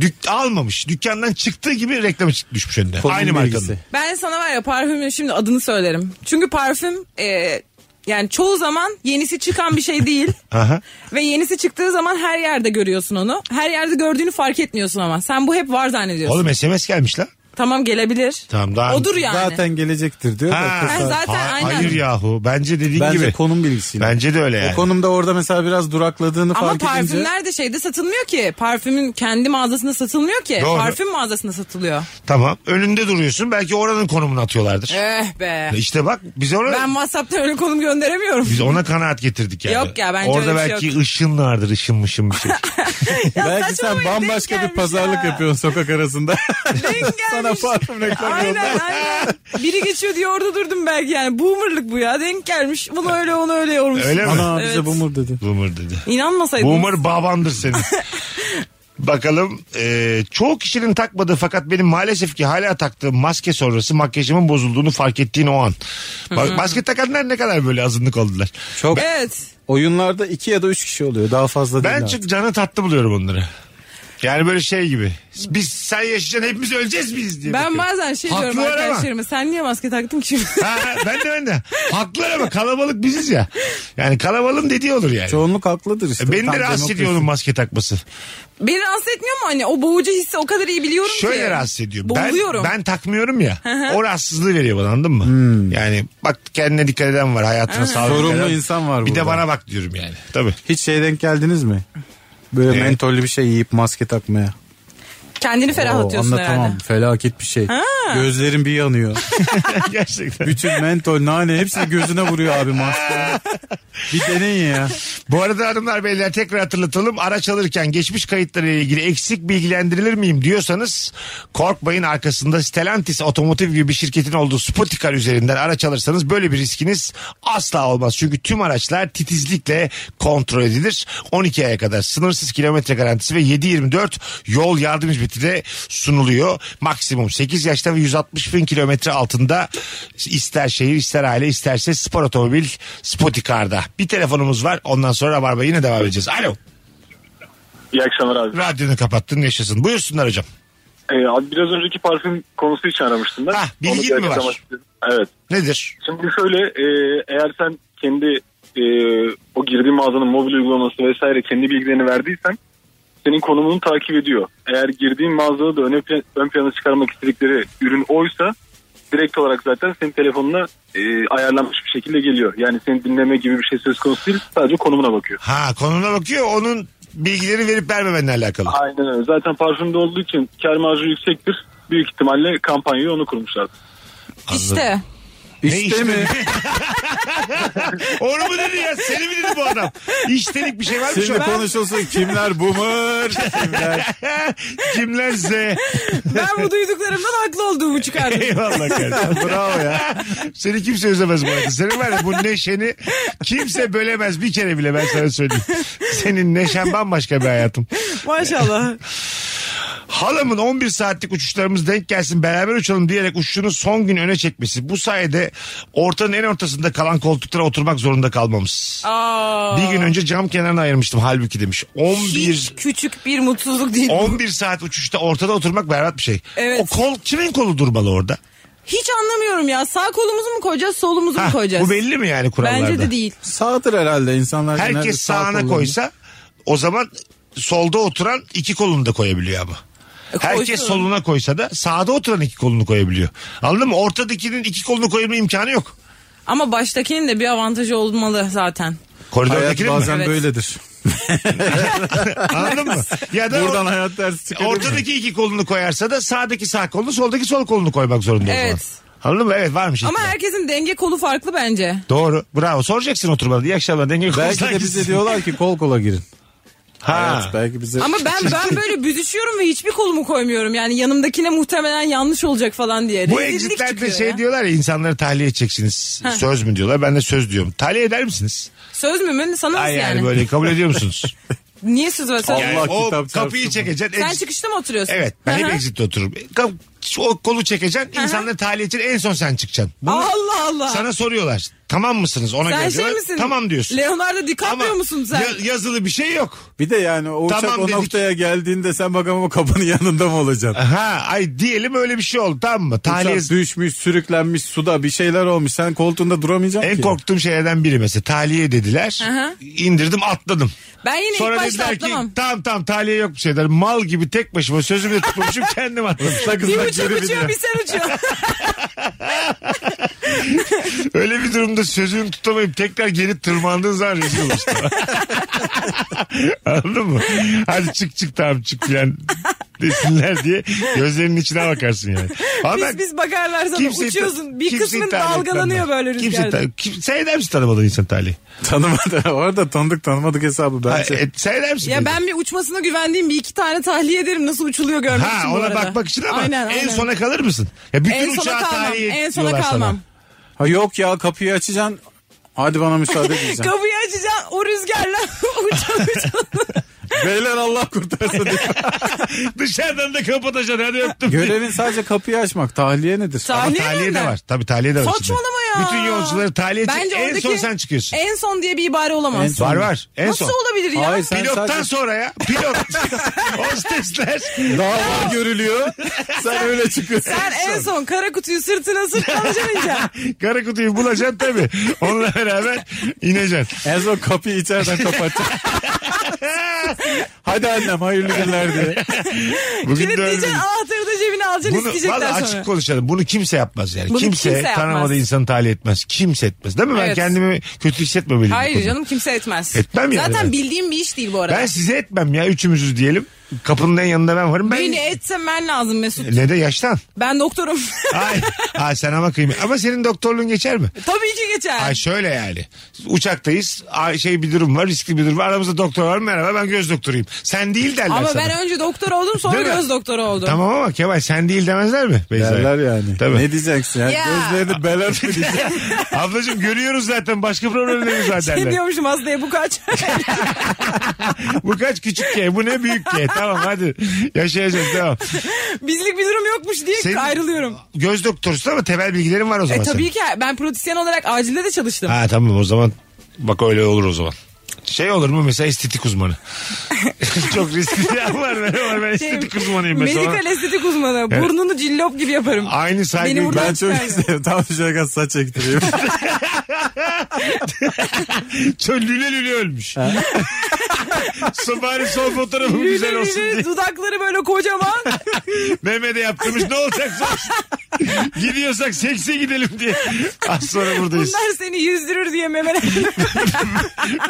dük- almamış dükkandan çıktığı gibi reklama düşmüş önüne Konunun aynı markanın bilgisi. Ben sana var ya parfümün şimdi adını söylerim. Çünkü parfüm e, yani çoğu zaman yenisi çıkan bir şey değil. Aha. Ve yenisi çıktığı zaman her yerde görüyorsun onu. Her yerde gördüğünü fark etmiyorsun ama. Sen bu hep var zannediyorsun. Oğlum SMS gelmiş lan. Tamam gelebilir. Tamam, daha- Odur yani. Zaten gelecektir diyor da. Ha. kız- Ben zaten Ha- aynen. Hayır yahu bence dediğin Bence gibi. konum bilgisiyle. Bence de öyle yani. O konumda orada mesela biraz durakladığını Ama fark edince. parfümler de şeyde satılmıyor ki. Parfümün kendi mağazasında satılmıyor ki. Doğru. Parfüm mağazasında satılıyor. Tamam önünde duruyorsun belki oranın konumunu atıyorlardır. Eh be. İşte bak bize ona... Ben WhatsApp'tan öyle konum gönderemiyorum. Biz ona kanaat getirdik yani. Yok ya, bence Orada öyle bir şey belki ışın vardır ışın mışın bir şey. Belki sen saçmalamayın, denk bambaşka bir gelmiş pazarlık ya. yapıyorsun sokak arasında. Denk Sana gelmiş. parfüm reklamı Aynen yollar. aynen. Biri geçiyor diye orada durdum belki yani. Boomer'lık bu ya. Denk gelmiş. Bunu öyle onu öyle yormuş. Öyle mi? Ana Evet. bize bumur dedi. Boomer dedi. İnanmasaydınız. Boomer babandır senin. Bakalım e, çoğu kişinin takmadığı fakat benim maalesef ki hala taktığım maske sonrası makyajımın bozulduğunu fark ettiğin o an. Bak, maske takanlar ne kadar böyle azınlık oldular. Çok Evet. oyunlarda iki ya da üç kişi oluyor. Daha fazla değil. Ben artık. çok canı tatlı buluyorum onları. Yani böyle şey gibi. Biz sen yaşayacaksın hepimiz öleceğiz biz diye. Ben bakıyorum. bazen şey Haklılar diyorum ama. arkadaşlarıma. Sen niye maske taktın ki şimdi? Ha, ha, ben de ben de. Haklılar ama kalabalık biziz ya. Yani kalabalığın dediği olur yani. E, Çoğunluk haklıdır işte. Beni Tam de rahatsız demokrasi. ediyor onun maske takması. Beni rahatsız etmiyor mu anne? O boğucu hissi o kadar iyi biliyorum ki. Şöyle rahatsız ediyor. Ben, Boğuluyorum. ben takmıyorum ya. o rahatsızlığı veriyor bana anladın mı? Yani bak kendine dikkat eden var. Hayatına sağlık Hmm. Sorumlu veren. insan var Bir de burada. bana bak diyorum yani. Tabii. Hiç şeye denk geldiniz mi? Böyle Ne? mentollü bir şey yiyip maske takmaya. Kendini Oo, ferahlatıyorsun anlatamam. herhalde. Felaket bir şey. Gözlerim bir yanıyor. Gerçekten. Bütün mentol, nane hepsi gözüne vuruyor abi maske. bir deneyin ya. Bu arada hanımlar beyler tekrar hatırlatalım. Araç alırken geçmiş kayıtları ile ilgili eksik bilgilendirilir miyim diyorsanız korkmayın arkasında Stellantis otomotiv gibi bir şirketin olduğu Spotikar üzerinden araç alırsanız böyle bir riskiniz asla olmaz. Çünkü tüm araçlar titizlikle kontrol edilir. 12 aya kadar sınırsız kilometre garantisi ve 7-24 yol yardım hizmeti de sunuluyor. Maksimum 8 yaşta ve 160 bin kilometre altında ister şehir ister aile isterse spor otomobil Spotikar'da. Bir telefonumuz var ondan sonra Rabarba yine devam edeceğiz. Alo İyi akşamlar abi. radyonu kapattın yaşasın buyursunlar hocam. Ee, abi biraz önceki parfüm konusu için aramıştım ben. Ah, bilgin Onu bir mi var? açıklamak istiyorum. Evet. Nedir? Şimdi şöyle e, eğer sen kendi e, o girdiğin mağazanın mobil uygulaması vesaire kendi bilgilerini verdiysen senin konumunu takip ediyor. Eğer girdiğin mağazada da öne, ön plana çıkarmak istedikleri ürün oysa direkt olarak zaten senin telefonuna e, ayarlanmış bir şekilde geliyor. Yani seni dinleme gibi bir şey söz konusu değil sadece konumuna bakıyor. Ha konuna bakıyor onun bilgileri verip vermemenle alakalı. Aynen öyle. Zaten parfümde olduğu için kar marjı yüksektir. Büyük ihtimalle kampanyayı onu kurmuşlar. İşte. Ne İşte mi? Onu mu dedi ya? Seni mi dedi bu adam? İştelik bir şey var mı şu Şimdi an? konuşulsun kimler boomer, kimler Kimler Z? Ben bu duyduklarımdan haklı olduğumu çıkardım. Eyvallah kardeşim. bravo ya. Seni kimse özlemez bu arada. Senin var ya bu neşeni kimse bölemez bir kere bile ben sana söyleyeyim. Senin neşen bambaşka bir hayatım. Maşallah. Halamın 11 saatlik uçuşlarımız denk gelsin beraber uçalım diyerek uçuşunu son gün öne çekmesi. Bu sayede ortanın en ortasında kalan koltuklara oturmak zorunda kalmamız. Aa, Bir gün önce cam kenarına ayırmıştım halbuki demiş. 11 Hiç küçük bir mutsuzluk değil. 11 saat uçuşta ortada oturmak berbat bir şey. Evet. O kol kimin kolu durmalı orada? Hiç anlamıyorum ya. Sağ kolumuzu mu koyacağız, solumuzu mu Ha, koyacağız? bu belli mi yani kurallarda? Bence de değil. Sağdır herhalde insanlar. genelde Herkes sağ sağına kollarını- koysa o zaman solda oturan iki kolunu da koyabiliyor ama. Herkes E, koysun. soluna koysa da sağda oturan iki kolunu koyabiliyor. Anladın mı? Ortadakinin iki kolunu koyma imkanı yok. Ama baştakinin de bir avantajı olmalı zaten. Hayat Koridordakinin bazen mi? Evet. böyledir. Anladın mı? Ya da Buradan or- hayat dersi çıkarır mı? ortadaki iki kolunu koyarsa da sağdaki sağ kolunu soldaki sol kolunu koymak zorunda o Evet. zaman. Anladın mı? Evet varmış. Ama ihtimal. herkesin denge kolu farklı bence. Doğru. Bravo. Soracaksın oturmadan. İyi akşamlar. Denge Belki konusuna de bize gitsin. diyorlar ki kol kola girin. Ha. Hayat belki bize... Ama ben ben böyle büzüşüyorum ve hiçbir kolumu koymuyorum. Yani yanımdakine muhtemelen yanlış olacak falan diye. Bu Rezillik exitlerde çıkıyor şey ya. diyorlar ya insanları tahliye edeceksiniz. Söz mü diyorlar. Ben de söz diyorum. Tahliye eder misiniz? Söz mü mü? Sana Ay nasıl yani. yani? böyle kabul ediyor musunuz? Niye söz ve söz? Yani o kitap kapıyı çarpsın. çekeceksin. Sen exit- çıkışta mı oturuyorsun? Evet ben hep Aha. exit'te otururum. E, Kap- O kolu çekeceksin. insanları tahliye edeceksin. En son sen çıkacaksın. Bunu Allah Allah. sana soruyorlar. Tamam mısınız? Ona sen göre şey diyorlar. misin? Tamam diyorsun. Leonardo DiCaprio Ama musun sen? ya- yazılı bir şey yok. Bir de yani o uçak Tamam o dedik. noktaya geldiğinde sen bakalım o kapının yanında mı olacaksın? Ha ay diyelim öyle bir şey oldu tamam mı? Tahliye Uçak düşmüş, sürüklenmiş, suda bir şeyler olmuş. Sen koltuğunda duramayacaksın en ki. korktuğum şeylerden biri mesela tahliye dediler. Aha. İndirdim atladım. ben yine ilk Sonra başta dediler ki atlamam. tamam tamam tahliye yok bir şeyler. Mal gibi tek başıma sözümle tutmuşum kendim atlamışım. Bir uçak uçuyor bir sen uçuyor. Öyle bir durumda sözünü tutamayıp tekrar geri tırmandığın zaman rezil olursun. Anladın mı? Hadi çık çık tamam çık filan desinler diye gözlerinin içine bakarsın yani. Ama ben- biz biz bakarlar sana kimseyi- uçuyorsun. Bir kimseyi kısmın tahliye etmem dalgalanıyor ben. böyle Kimseyi rüzgarda. ta- kim, sen eder misin tanımadığın insan tahliye? Tanımadı. Orada tanıdık tanımadık hesabı Ha, bence. e, sen eder misin? Ya dedi? ben bir uçmasına güvendiğim bir iki tane tahliye ederim nasıl uçuluyor görmek için Ha bu ona arada. bakmak için ama Aynen, en aynen. sona kalır mısın? Ya bütün en sona uçağı kalmam. tahliye En sona diyorlar sana. kalmam. Ha yok ya kapıyı açacaksın. Hadi bana müsaade edeceksin. Kapıyı açacaksın o rüzgarla uçan uçan. Beyler Allah kurtarsın diye. Dışarıdan da kapatacaksın hadi öptüm. Görevin sadece kapıyı açmak. Tahliye nedir? Tahliye- Ama tahliye de mi? var. Tabii tahliye de var. içinde. Saçmalama ya. Bütün yolcuları tahliye edecek. Bence En oradaki- son sen çıkıyorsun. En son diye bir ibare olamaz. En son- Var var. En Nasıl son. olabilir ya? Hayır, sen- Pilottan sadece- sonra ya. Pilot. Hostesler. Daha var görülüyor. Sen öyle çıkıyorsun. Sen en son kara kutuyu sırtına sırtlanacaksın ineceksin. Kara kutuyu bulacaksın tabii. Onunla beraber ineceksin. En son kapıyı içeriden kapatacaksın. Hadi annem hayırlı günler diye. Bugün de öyle. Kilitleyeceksin anahtarı da cebine alacaksın Bunu valla isteyecekler sonra. açık konuşalım. Bunu kimse yapmaz yani. Bunu kimse, kimse yapmaz. tanımadığı insanı tahliye etmez. Kimse etmez. Değil mi? Ben Evet. kendimi kötü hissetmemeliyim. bu Hayır konuda. canım kimse etmez. Etmem yani Zaten ben. bildiğim bir iş değil bu arada. Ben size etmem ya. Üçümüzüz diyelim. Kapının en yanında ben varım. Ben... Beni etsem ben lazım Mesut. Ne de yaştan. Ben doktorum. Ay, ay sen ama kıymet. Ama senin doktorluğun geçer mi? Tabii ki geçer. Ay şöyle yani. Uçaktayız. Ay şey bir durum var, riskli bir durum var. Aramızda doktor var. Merhaba ben göz doktoruyum. Sen değil derler Ama sana. ben önce doktor oldum sonra Değil mi? göz doktoru oldum. Tamam ama Kemal sen değil demezler mi? Beyza'ya? Derler yani. Tabii. Ne diyeceksin ya? Ya. Gözlerini belert mi diyeceksin? Ablacığım görüyoruz zaten başka problemlerimiz var Ne derler. Şey diyormuşum hastaya bu kaç. bu kaç küçük K bu ne büyük K. Tamam hadi yaşayacağız tamam. Bizlik bir durum yokmuş diye Senin- ayrılıyorum. Göz doktorusun ama temel bilgilerin var o zaman. E senin. tabii ki ben pratisyen olarak acilde de çalıştım. Ha tamam o zaman bak öyle olur o zaman. Şey olur mu mesela estetik uzmanı. Çok riskli var ben, ama ben Şey, estetik uzmanıyım mesela. Medikal estetik uzmanı. Burnunu cillop gibi yaparım. Aynı saygı. Beni buradan Ben çok çıkar. isterim. Tam şöyle kadar saç ektireyim. Çok lüle lüle ölmüş. Son- Bari son fotoğrafım Lüle güzel olsun lüle, diye. dudakları böyle kocaman. Meme de yaptırmış ne olacaksa olsun. Gidiyorsak sekse gidelim diye. Az sonra buradayız. Bunlar seni yüzdürür diye memeler.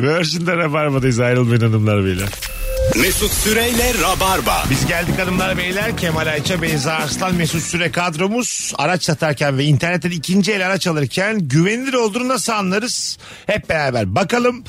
Virgin'de Rabarba'dayız ayrılmayın hanımlar beyler. Mesut Süreyle Rabarba. Biz geldik hanımlar beyler. Kemal Ayça, Beyza Arslan, Mesut Süre kadromuz. Araç satarken ve internetten ikinci el araç alırken güvenilir olduğunu nasıl anlarız? Hep beraber bakalım.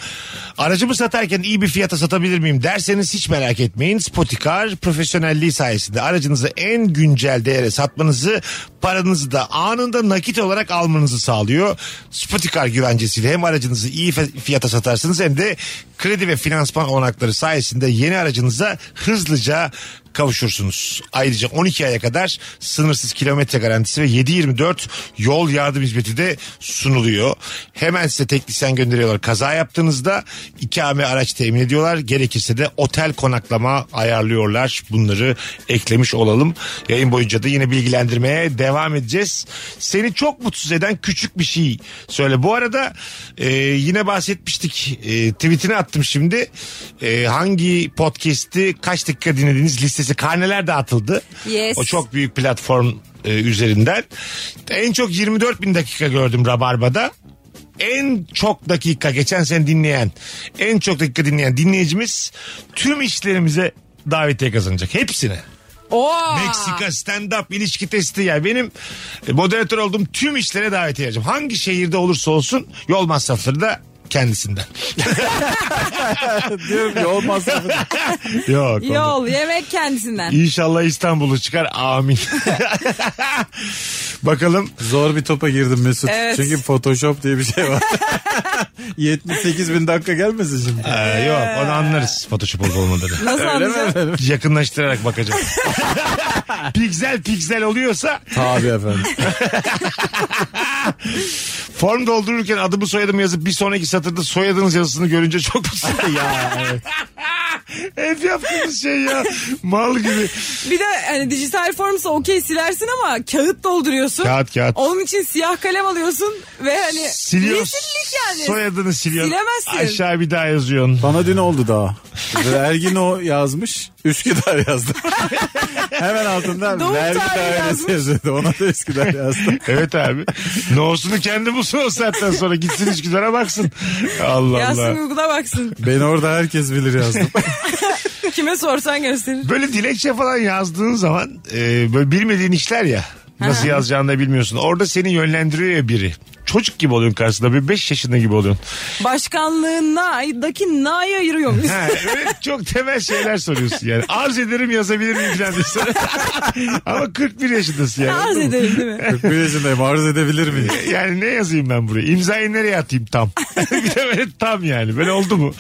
Aracımı satarken iyi bir fiyata satabilir miyim derseniz hiç merak etmeyin. Spotikar profesyonelliği sayesinde aracınızı en güncel değere satmanızı, paranızı da anında nakit olarak almanızı sağlıyor. Spotikar güvencesiyle hem aracınızı iyi fe- fiyata satarsınız hem de kredi ve finansman olanakları sayesinde yeni aracınıza hızlıca kavuşursunuz. Ayrıca 12 aya kadar sınırsız kilometre garantisi ve 7-24 yol yardım hizmeti de sunuluyor. Hemen size teknisyen gönderiyorlar. Kaza yaptığınızda ikame araç temin ediyorlar. Gerekirse de otel konaklama ayarlıyorlar. Bunları eklemiş olalım. Yayın boyunca da yine bilgilendirmeye devam edeceğiz. Seni çok mutsuz eden küçük bir şey söyle. Bu arada e, yine bahsetmiştik. E, tweetini attım şimdi. E, hangi podcast'i kaç dakika dinlediniz listesi karneler dağıtıldı. Yes. O çok büyük platform e, üzerinden. En çok 24 bin dakika gördüm Rabarba'da. En çok dakika geçen sene dinleyen, en çok dakika dinleyen dinleyicimiz tüm işlerimize davetiye kazanacak. Hepsine. Oo. Meksika stand-up ilişki testi yani benim e, moderatör olduğum tüm işlere davetiye vereceğim. Hangi şehirde olursa olsun yol masrafları da kendisinden. Diyorum ki olmaz. Yok. olmaz. Yol, yemek kendisinden. İnşallah İstanbul'u çıkar. Amin. Bakalım. Zor bir topa girdim Mesut. Evet. Çünkü Photoshop diye bir şey var. 78 bin dakika gelmesin şimdi. Ee, yok onu anlarız Photoshop olup olmadığını. Nasıl anlayacağız? Yakınlaştırarak bakacağım. piksel piksel oluyorsa Tabii efendim. form doldururken adımı soyadımı yazıp bir sonraki satırda soyadınız yazısını görünce çok mutlu. ya Hep yaptığımız şey ya. Mal gibi. Bir de hani dijital formsa okey silersin ama kağıt dolduruyorsun. Kağıt, kağıt. Onun için siyah kalem alıyorsun ve hani Siliyorsun. rezillik yani. Soyadını siliyorsun. Silemezsin. Aşağı bir daha yazıyorsun. Bana dün oldu daha. Vergin o yazmış. Üsküdar yazdı. Hemen altında Doğum vergi tarihi dairesi yazmış. yazıyordu. Ona da Üsküdar yazdı. Evet abi. Nohusunu kendi bulsun o saatten sonra. Gitsin Üsküdar'a baksın. Allah Yazsın Allah. Google'a baksın. Beni orada herkes bilir yazdım. Kime sorsan gösterir. Böyle dilekçe falan yazdığın zaman e, böyle bilmediğin işler ya. Nasıl yazacağını da bilmiyorsun. Orada seni yönlendiriyor ya biri. Çocuk gibi oluyorsun karşısında. Bir 5 yaşında gibi oluyorsun. Başkanlığındaki na'yı ayırıyorum. Ha, evet, çok temel şeyler soruyorsun yani. Arz ederim yazabilir miyim falan diye soruyor. Ama 41 yaşındasın yani. E, Arz edelim değil mi? 41 yaşındayım arz edebilir miyim? Yani ne yazayım ben buraya? İmzayı nereye atayım tam? bir de böyle tam yani. Böyle oldu mu?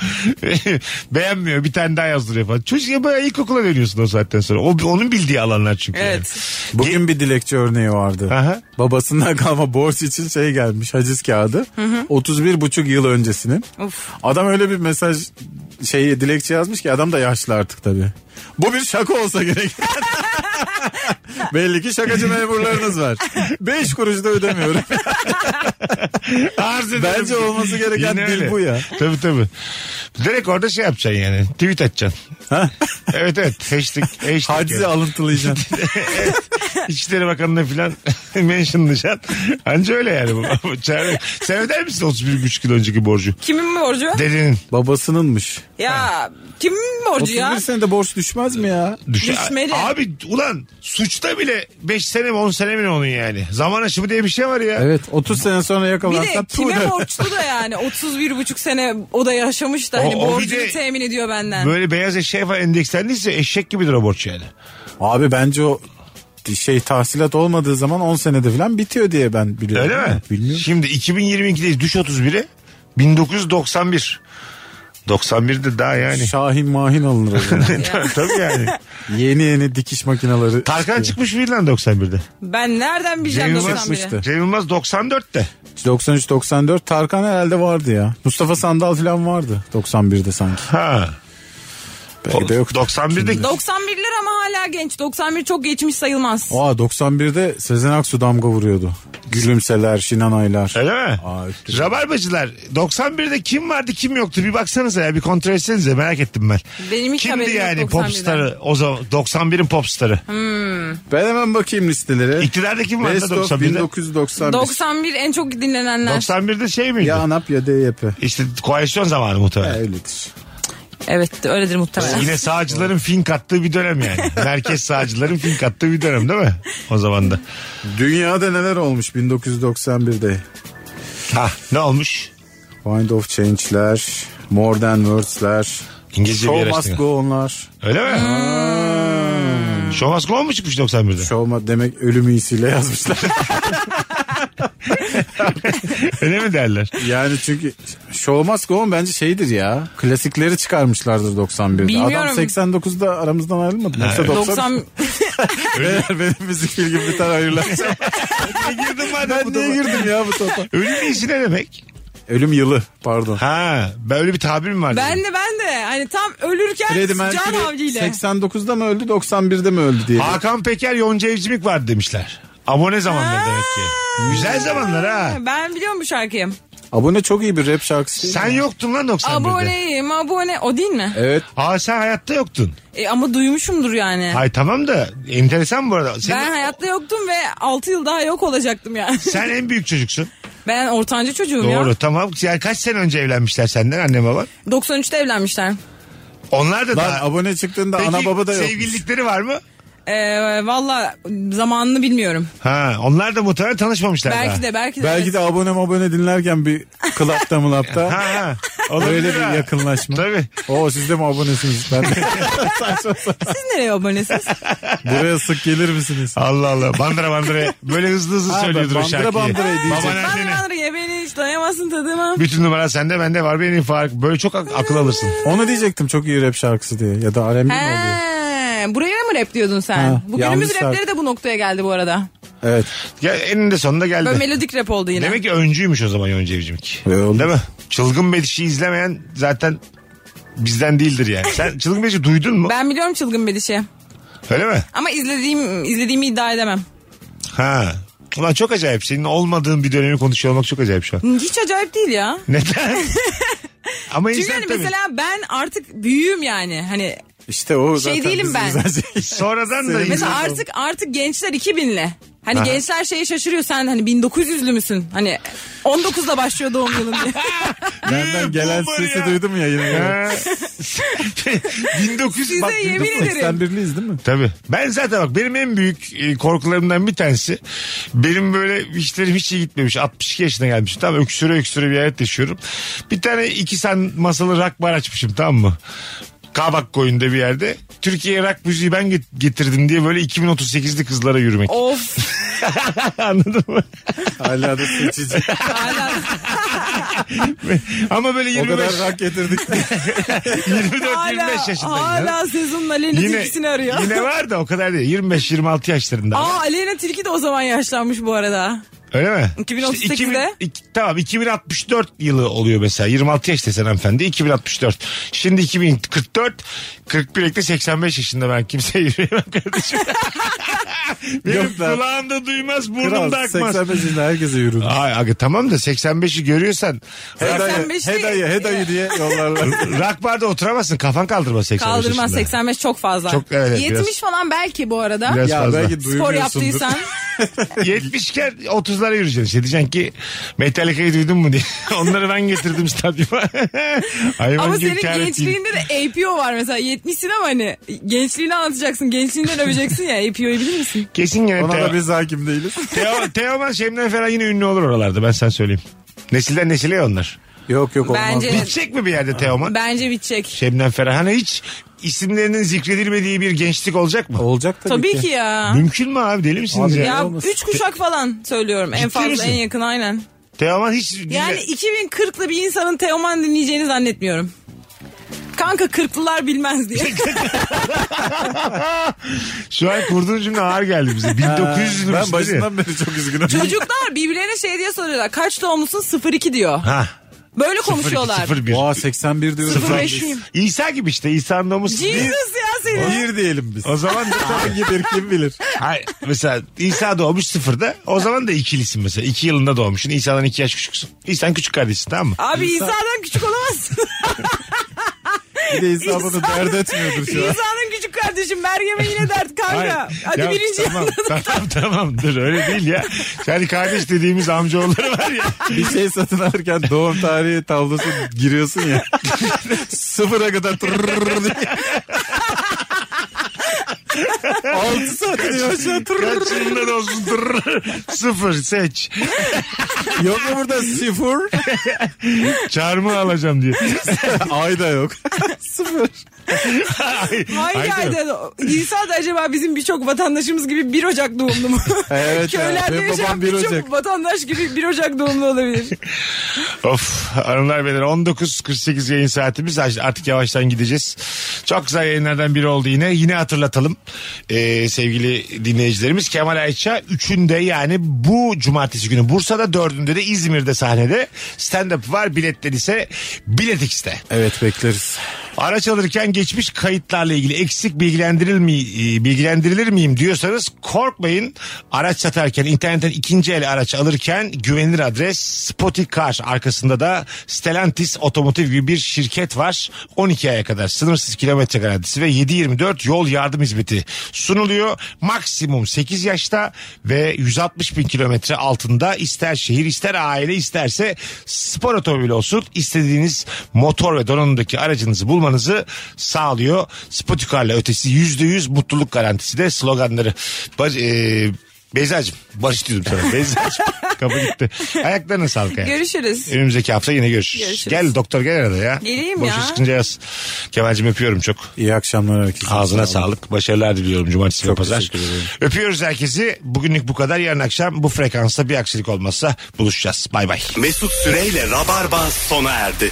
Beğenmiyor. Bir tane daha yazdırıyor falan. Çocuk ya bayağı ilkokula dönüyorsun o saatten sonra. O, onun bildiği alanlar çünkü. yani. Evet. Bugün bir dilekçe örneği vardı. Aha. Babasından kalma borç için şey gelmiş haciz kağıdı. 31 buçuk yıl öncesinin. Of. Adam öyle bir mesaj şey dilekçe yazmış ki adam da yaşlı artık tabii. Bu bir şaka olsa gerek. Belli ki şakacı memurlarınız var. 5 kuruş da ödemiyorum. Arz ederim. Bence olması gereken Yine dil öyle. bu ya. Tabii tabii. Direkt orada şey yapacaksın yani. Tweet atacaksın. Ha? Evet evet. Hashtag. hashtag Hacizi yani. alıntılayacaksın. İçişleri Bakanı'na falan mentionlayacaksın. Anca öyle yani. bu. Çare- Sen öder misin 31 buçuk yıl önceki borcu? Kimin borcu? Dedenin. Babasınınmış. ya kimin borcu 31 ya? senede borç düşmez mi ya? Düşe- Düşmeli. Abi ulan suçta bile 5 sene mi 10 sene mi ne onun yani? Zaman aşımı diye bir şey var ya. Evet 30 sene sonra Bir yakalansa de kime borçlu da yani 31 buçuk sene o da yaşamış da hani O- o bir borcunu de- temin ediyor benden. Böyle beyaz eşeğe falan endekslendiyse eşek gibidir o borç yani. Abi bence o şey tahsilat olmadığı zaman 10 senede falan bitiyor diye ben biliyorum. Öyle mi? Bilmiyorum. Şimdi 2022'deyiz. Düş 31'e. 1991. 91'de daha yani. Şahin mahin alınır. o zaman. Tabii yani. yeni yeni dikiş makineleri. Tarkan çıkıyor. çıkmış mıydı lan 91'de? Ben nereden bileceğim Cem 91'i? Yılmaz- Cem Yılmaz 94'te. 93-94 Tarkan herhalde vardı ya. Mustafa Sandal falan vardı 91'de sanki. Ha. Belki de yok. 91'de 91'ler ama hala genç. 91 çok geçmiş sayılmaz. Aa 91'de Sezen Aksu damga vuruyordu. Gülümseler, Şinan Aylar. Öyle mi? Aa, öptüm. Rabarbacılar 91'de kim vardı kim yoktu bir baksanıza ya bir kontrol etsenize merak ettim ben. Benim hiç Kimdi haberim yok yani 91'den. popstarı o zaman 91'in popstarı. Ben hemen bakayım listelere. İktidarda kim vardı Best of 91'de? 1991. 91 en çok dinlenenler. 91'de şey miydi? Ya ANAP ya DYP. İşte koalisyon zamanı muhtemelen. Öyledir. Evet öyledir muhtemelen. Yine sağcıların fink attığı bir dönem yani. Merkez sağcıların fink attığı bir dönem değil mi? O zaman da. Dünyada neler olmuş 1991'de? Ha ne olmuş? Wind of Change'ler, More Than Words'ler, İngilizce bir Show yarıştı. Must Go On'lar. Öyle mi? Hmm. Show Must Go mu çıkmış 91'de? Show Must demek ölüm iyisiyle yazmışlar. Öyle mi derler? yani çünkü Show Must Go On bence şeydir ya. Klasikleri çıkarmışlardır 91'de. Bilmiyorum. Adam 89'da aramızdan ayrılmadı. Yoksa 90... 90 Beyler benim müzik bilgim biter hayırlı. Ne girdin madem ben bu niye topa? girdim ya bu topa? Ölüm iyisi ne demek? Ölüm yılı pardon. Ha böyle bir tabir mi var? ben dedim? de ben de hani tam ölürken Freddie Can Mercury Avcı ile. 89'da mı öldü 91'de mi öldü diye. Hakan Peker Yonca Evcimik vardı demişler. Abone zamanları demek ki. Güzel zamanlar ha. Ben biliyorum bu şarkıyı. Abone çok iyi bir rap şarkısı. Sen yoktun lan 91'de. Aboneyim abone. O değil mi? Evet. Aa sen hayatta yoktun. E, ama duymuşumdur yani. Hay tamam da enteresan bu arada. Senin- Ben hayatta yoktum ve 6 yıl daha yok olacaktım yani. Sen en büyük çocuksun. Ben ortanca çocuğum Doğru ya. tamam. Yani kaç sene önce evlenmişler senden anne baban? 93'te evlenmişler. Onlar da Lan daha... abone çıktığında Peki, ana baba da yok. sevgililikleri var mı? Ee, Valla zamanını bilmiyorum. Ha, onlar da muhtemelen tanışmamışlar Belki daha. de belki de. Belki de abone abone dinlerken bir klapta mılapta Ha, ha. öyle Olabilir bir ha. yakınlaşma. Tabii. Oo siz de mi abonesiniz? Ben de. Siz nereye abonesiniz? Buraya sık gelir misiniz? Allah Allah. Bandıra bandıra. Böyle hızlı hızlı Ha, söylüyordur bandıra o şarkıyı. bandıra diyecek. Baban ben annene. Tanrı'ya beni hiç doyamazsın tadıma. Bütün numara sende bende var benim fark. Böyle çok ak- akıl alırsın. Onu diyecektim çok iyi rap şarkısı diye. Ya da R&B mi oluyor? He, buraya mı rap diyordun sen? Ha, Bugünümüz yanlış şarkı. rapleri de bu noktaya geldi bu arada. Evet. Ya eninde sonunda Böyle geldi. melodik rap oldu yine. Demek ki öncüymüş o zaman Yonca Evcimik. E, oğlum. Değil mi? Çılgın Bediş'i izlemeyen zaten bizden değildir yani. Sen Çılgın Bediş'i duydun mu? Ben biliyorum Çılgın Bediş'i. Öyle mi? Ama izlediğim izlediğimi iddia edemem. Ha. Ulan çok acayip. Senin olmadığın bir dönemi konuşuyor olmak çok acayip şu an. Hiç acayip değil ya. Neden? Ama Çünkü insan hani tabii. mesela ben artık büyüğüm yani. Hani İşte o zaten değilim bizim ben. güzel şey. Sonradan da mesela artık artık gençler 2000'le. Hani gençler şeye şaşırıyor sen hani 1900'lü müsün? Hani 19'da başlıyor doğum yılın diye. Benden gelen Boomer sesi ya. duydum ya yine. Ha. 1900 Size bak, yemin ederim. 81'liyiz değil mi? Tabii. Ben zaten bak benim en büyük e, korkularımdan bir tanesi benim böyle işlerim hiç iyi gitmemiş. 62 yaşına gelmişim. Tam öksüre öksüre bir hayat yaşıyorum. Bir tane iki sen masalı rak bar açmışım tamam mı? Kabak koyunda bir yerde. Türkiye'ye rak müziği ben get- getirdim diye böyle 2038'li kızlara yürümek. of Anladın mı? Hala da seçici. hala Ama böyle o 25, kadar rak getirdik. 24-25 hala, yaşındayım. hala Sezon'un Aleyna Tilki'sini arıyor. yine var da o kadar değil. 25-26 yaşlarında. Aa Aleyna Tilki de o zaman yaşlanmış bu arada. Öyle mi? 2038'de. İşte 2000 iki- tamam 2064 yılı oluyor mesela. 26 yaş desen hanımefendi 2064. Şimdi 2044 41 ekle 85 yaşında ben kimseye yürüyemem kardeşim. Benim Yok lan. kulağımda duymaz burnumda Kral akmaz. 85 yaşında herkese yürüdü. Ay, aga, tamam da 85'i görüyorsan Hedayı, 85'li hedayı, hedayı diye yollarlar. rock barda oturamazsın kafan kaldırmaz 85 Kaldırmaz yaşında. 85 çok fazla. Çok, evet, 70 biraz. falan belki bu arada. Biraz ya fazla. belki Spor duymuyorsundur. yaptıysan. 70 iken 30'lara yürüyeceksin. İşte diyeceksin ki Metallica'yı duydun mu diye. Onları ben getirdim stadyuma. Hayvan ama gibi senin kar ettiğim. gençliğinde de APO var mesela. 70'sin ama hani gençliğini anlatacaksın. Gençliğinden öveceksin ya. APO'yu bilir misin? Kesin gene Ona Teo- da biz hakim değiliz. Teoman, Teoman Şebnem falan yine ünlü olur oralarda ben sana söyleyeyim. Nesilden nesile ya onlar. Yok yok olmaz. Bence- Evet. Bitecek mi bir yerde Teoman? Bence bitecek. Şebnem Ferah. Hani hiç isimlerinin zikredilmediği bir gençlik olacak mı? Olacak tabii, Tabii ki ya. Mümkün mü abi deli misiniz Abi ya? Ya Olmaz. 3 kuşak falan söylüyorum. En Ciddi fazla misin? en yakın aynen. Teoman hiç... Yani 2040'lı bir insanın Teoman dinleyeceğini zannetmiyorum. Kanka kırklılar bilmez diye. Şu an kurduğun cümle ağır geldi bize. Ee, 1900'lü Ben müsün değil mi? başından beri çok üzgünüm. Çocuklar birbirlerine şey diye soruyorlar. Kaç doğumlusun? 02 diyor. Ha. Böyle konuşuyorlar. 01. Oha 81 diyorum. 05'liyim. İsa gibi işte İsa'nın domuz. Jesus ya senin. Bir diyelim biz. O zaman da Hangi bir kim bilir. Hayır, mesela İsa doğmuş sıfırda. O zaman da ikilisin mesela. İki yılında doğmuşsun. İsa'dan iki yaş küçüksün. İsa'nın küçük kardeşisin tamam mı? Abi İsa'dan küçük olamazsın. Bir de insan bunu İnsan- dert etmiyordur şu an. İsa'nın küçük kardeşim Meryem'e yine dert kanka. Hayır. Hadi Ya birinci tamam, yandan. tamam tamam dur öyle değil ya. Yani kardeş dediğimiz amcaoğulları var ya. Bir şey satın alırken doğum tarihi tablosu giriyorsun ya. Sıfıra kadar tırrrr diye. 6 saat diyor aşağı tırrrr. Kaç yılında doğsun dur. Sıfır seç. Yok mu burada sıfır? Çarmıh alacağım diye. Ay da yok. Sıfır. Ay, Hangi ay diyorum. ayda? İsa da acaba bizim birçok vatandaşımız gibi 1 Ocak doğumlu mu? Evet ya, Köylerde benim yaşayan babam 1 birçok Ocak. vatandaş gibi 1 Ocak doğumlu olabilir. Of hanımlar beyler 19.48 yayın saatimiz artık yavaştan gideceğiz. Çok güzel yayınlardan biri oldu yine. Yine hatırlatalım ee, sevgili dinleyicilerimiz. Kemal Ayça 3'ünde yani bu cumartesi günü Bursa'da 4'ünde de İzmir'de sahnede stand-up var. Biletler ise biletikste. Evet bekleriz. Araç alırken geçmiş kayıtlarla ilgili eksik bilgilendiril mi, e, bilgilendirilir miyim diyorsanız korkmayın. Araç satarken internetten ikinci el araç alırken güvenilir adres Spotikar. Arkasında da Stellantis Otomotiv gibi bir şirket var. 12 aya kadar sınırsız kilometre garantisi ve 7-24 yol yardım hizmeti sunuluyor. Maksimum 8 yaşta ve 160 bin kilometre altında ister şehir ister aile isterse spor otomobili olsun istediğiniz motor ve donanımdaki aracınızı bulmanızı sağlıyor. Spotikar'la ötesi %100 mutluluk garantisi de sloganları. Bar e, Beyza'cığım barış diyordum sana. Beyza'cığım kapı gitti. Ayaklarına sağlık. hayatım. Görüşürüz. Önümüzdeki hafta yine görüşürüz. Görüşürüz. Gel doktor gel arada ya. Geleyim Boşa ya. çıkınca yaz. Kemal'cim öpüyorum çok. İyi akşamlar herkese. Ağzına sağlık. Başarılar diliyorum cumartesi ve Çok pazar. teşekkür ederim. Öpüyoruz herkesi. Bugünlük bu kadar. Yarın akşam bu frekansta bir aksilik olmazsa buluşacağız. Bay bay. Mesut Süreyle Rabarba sona erdi.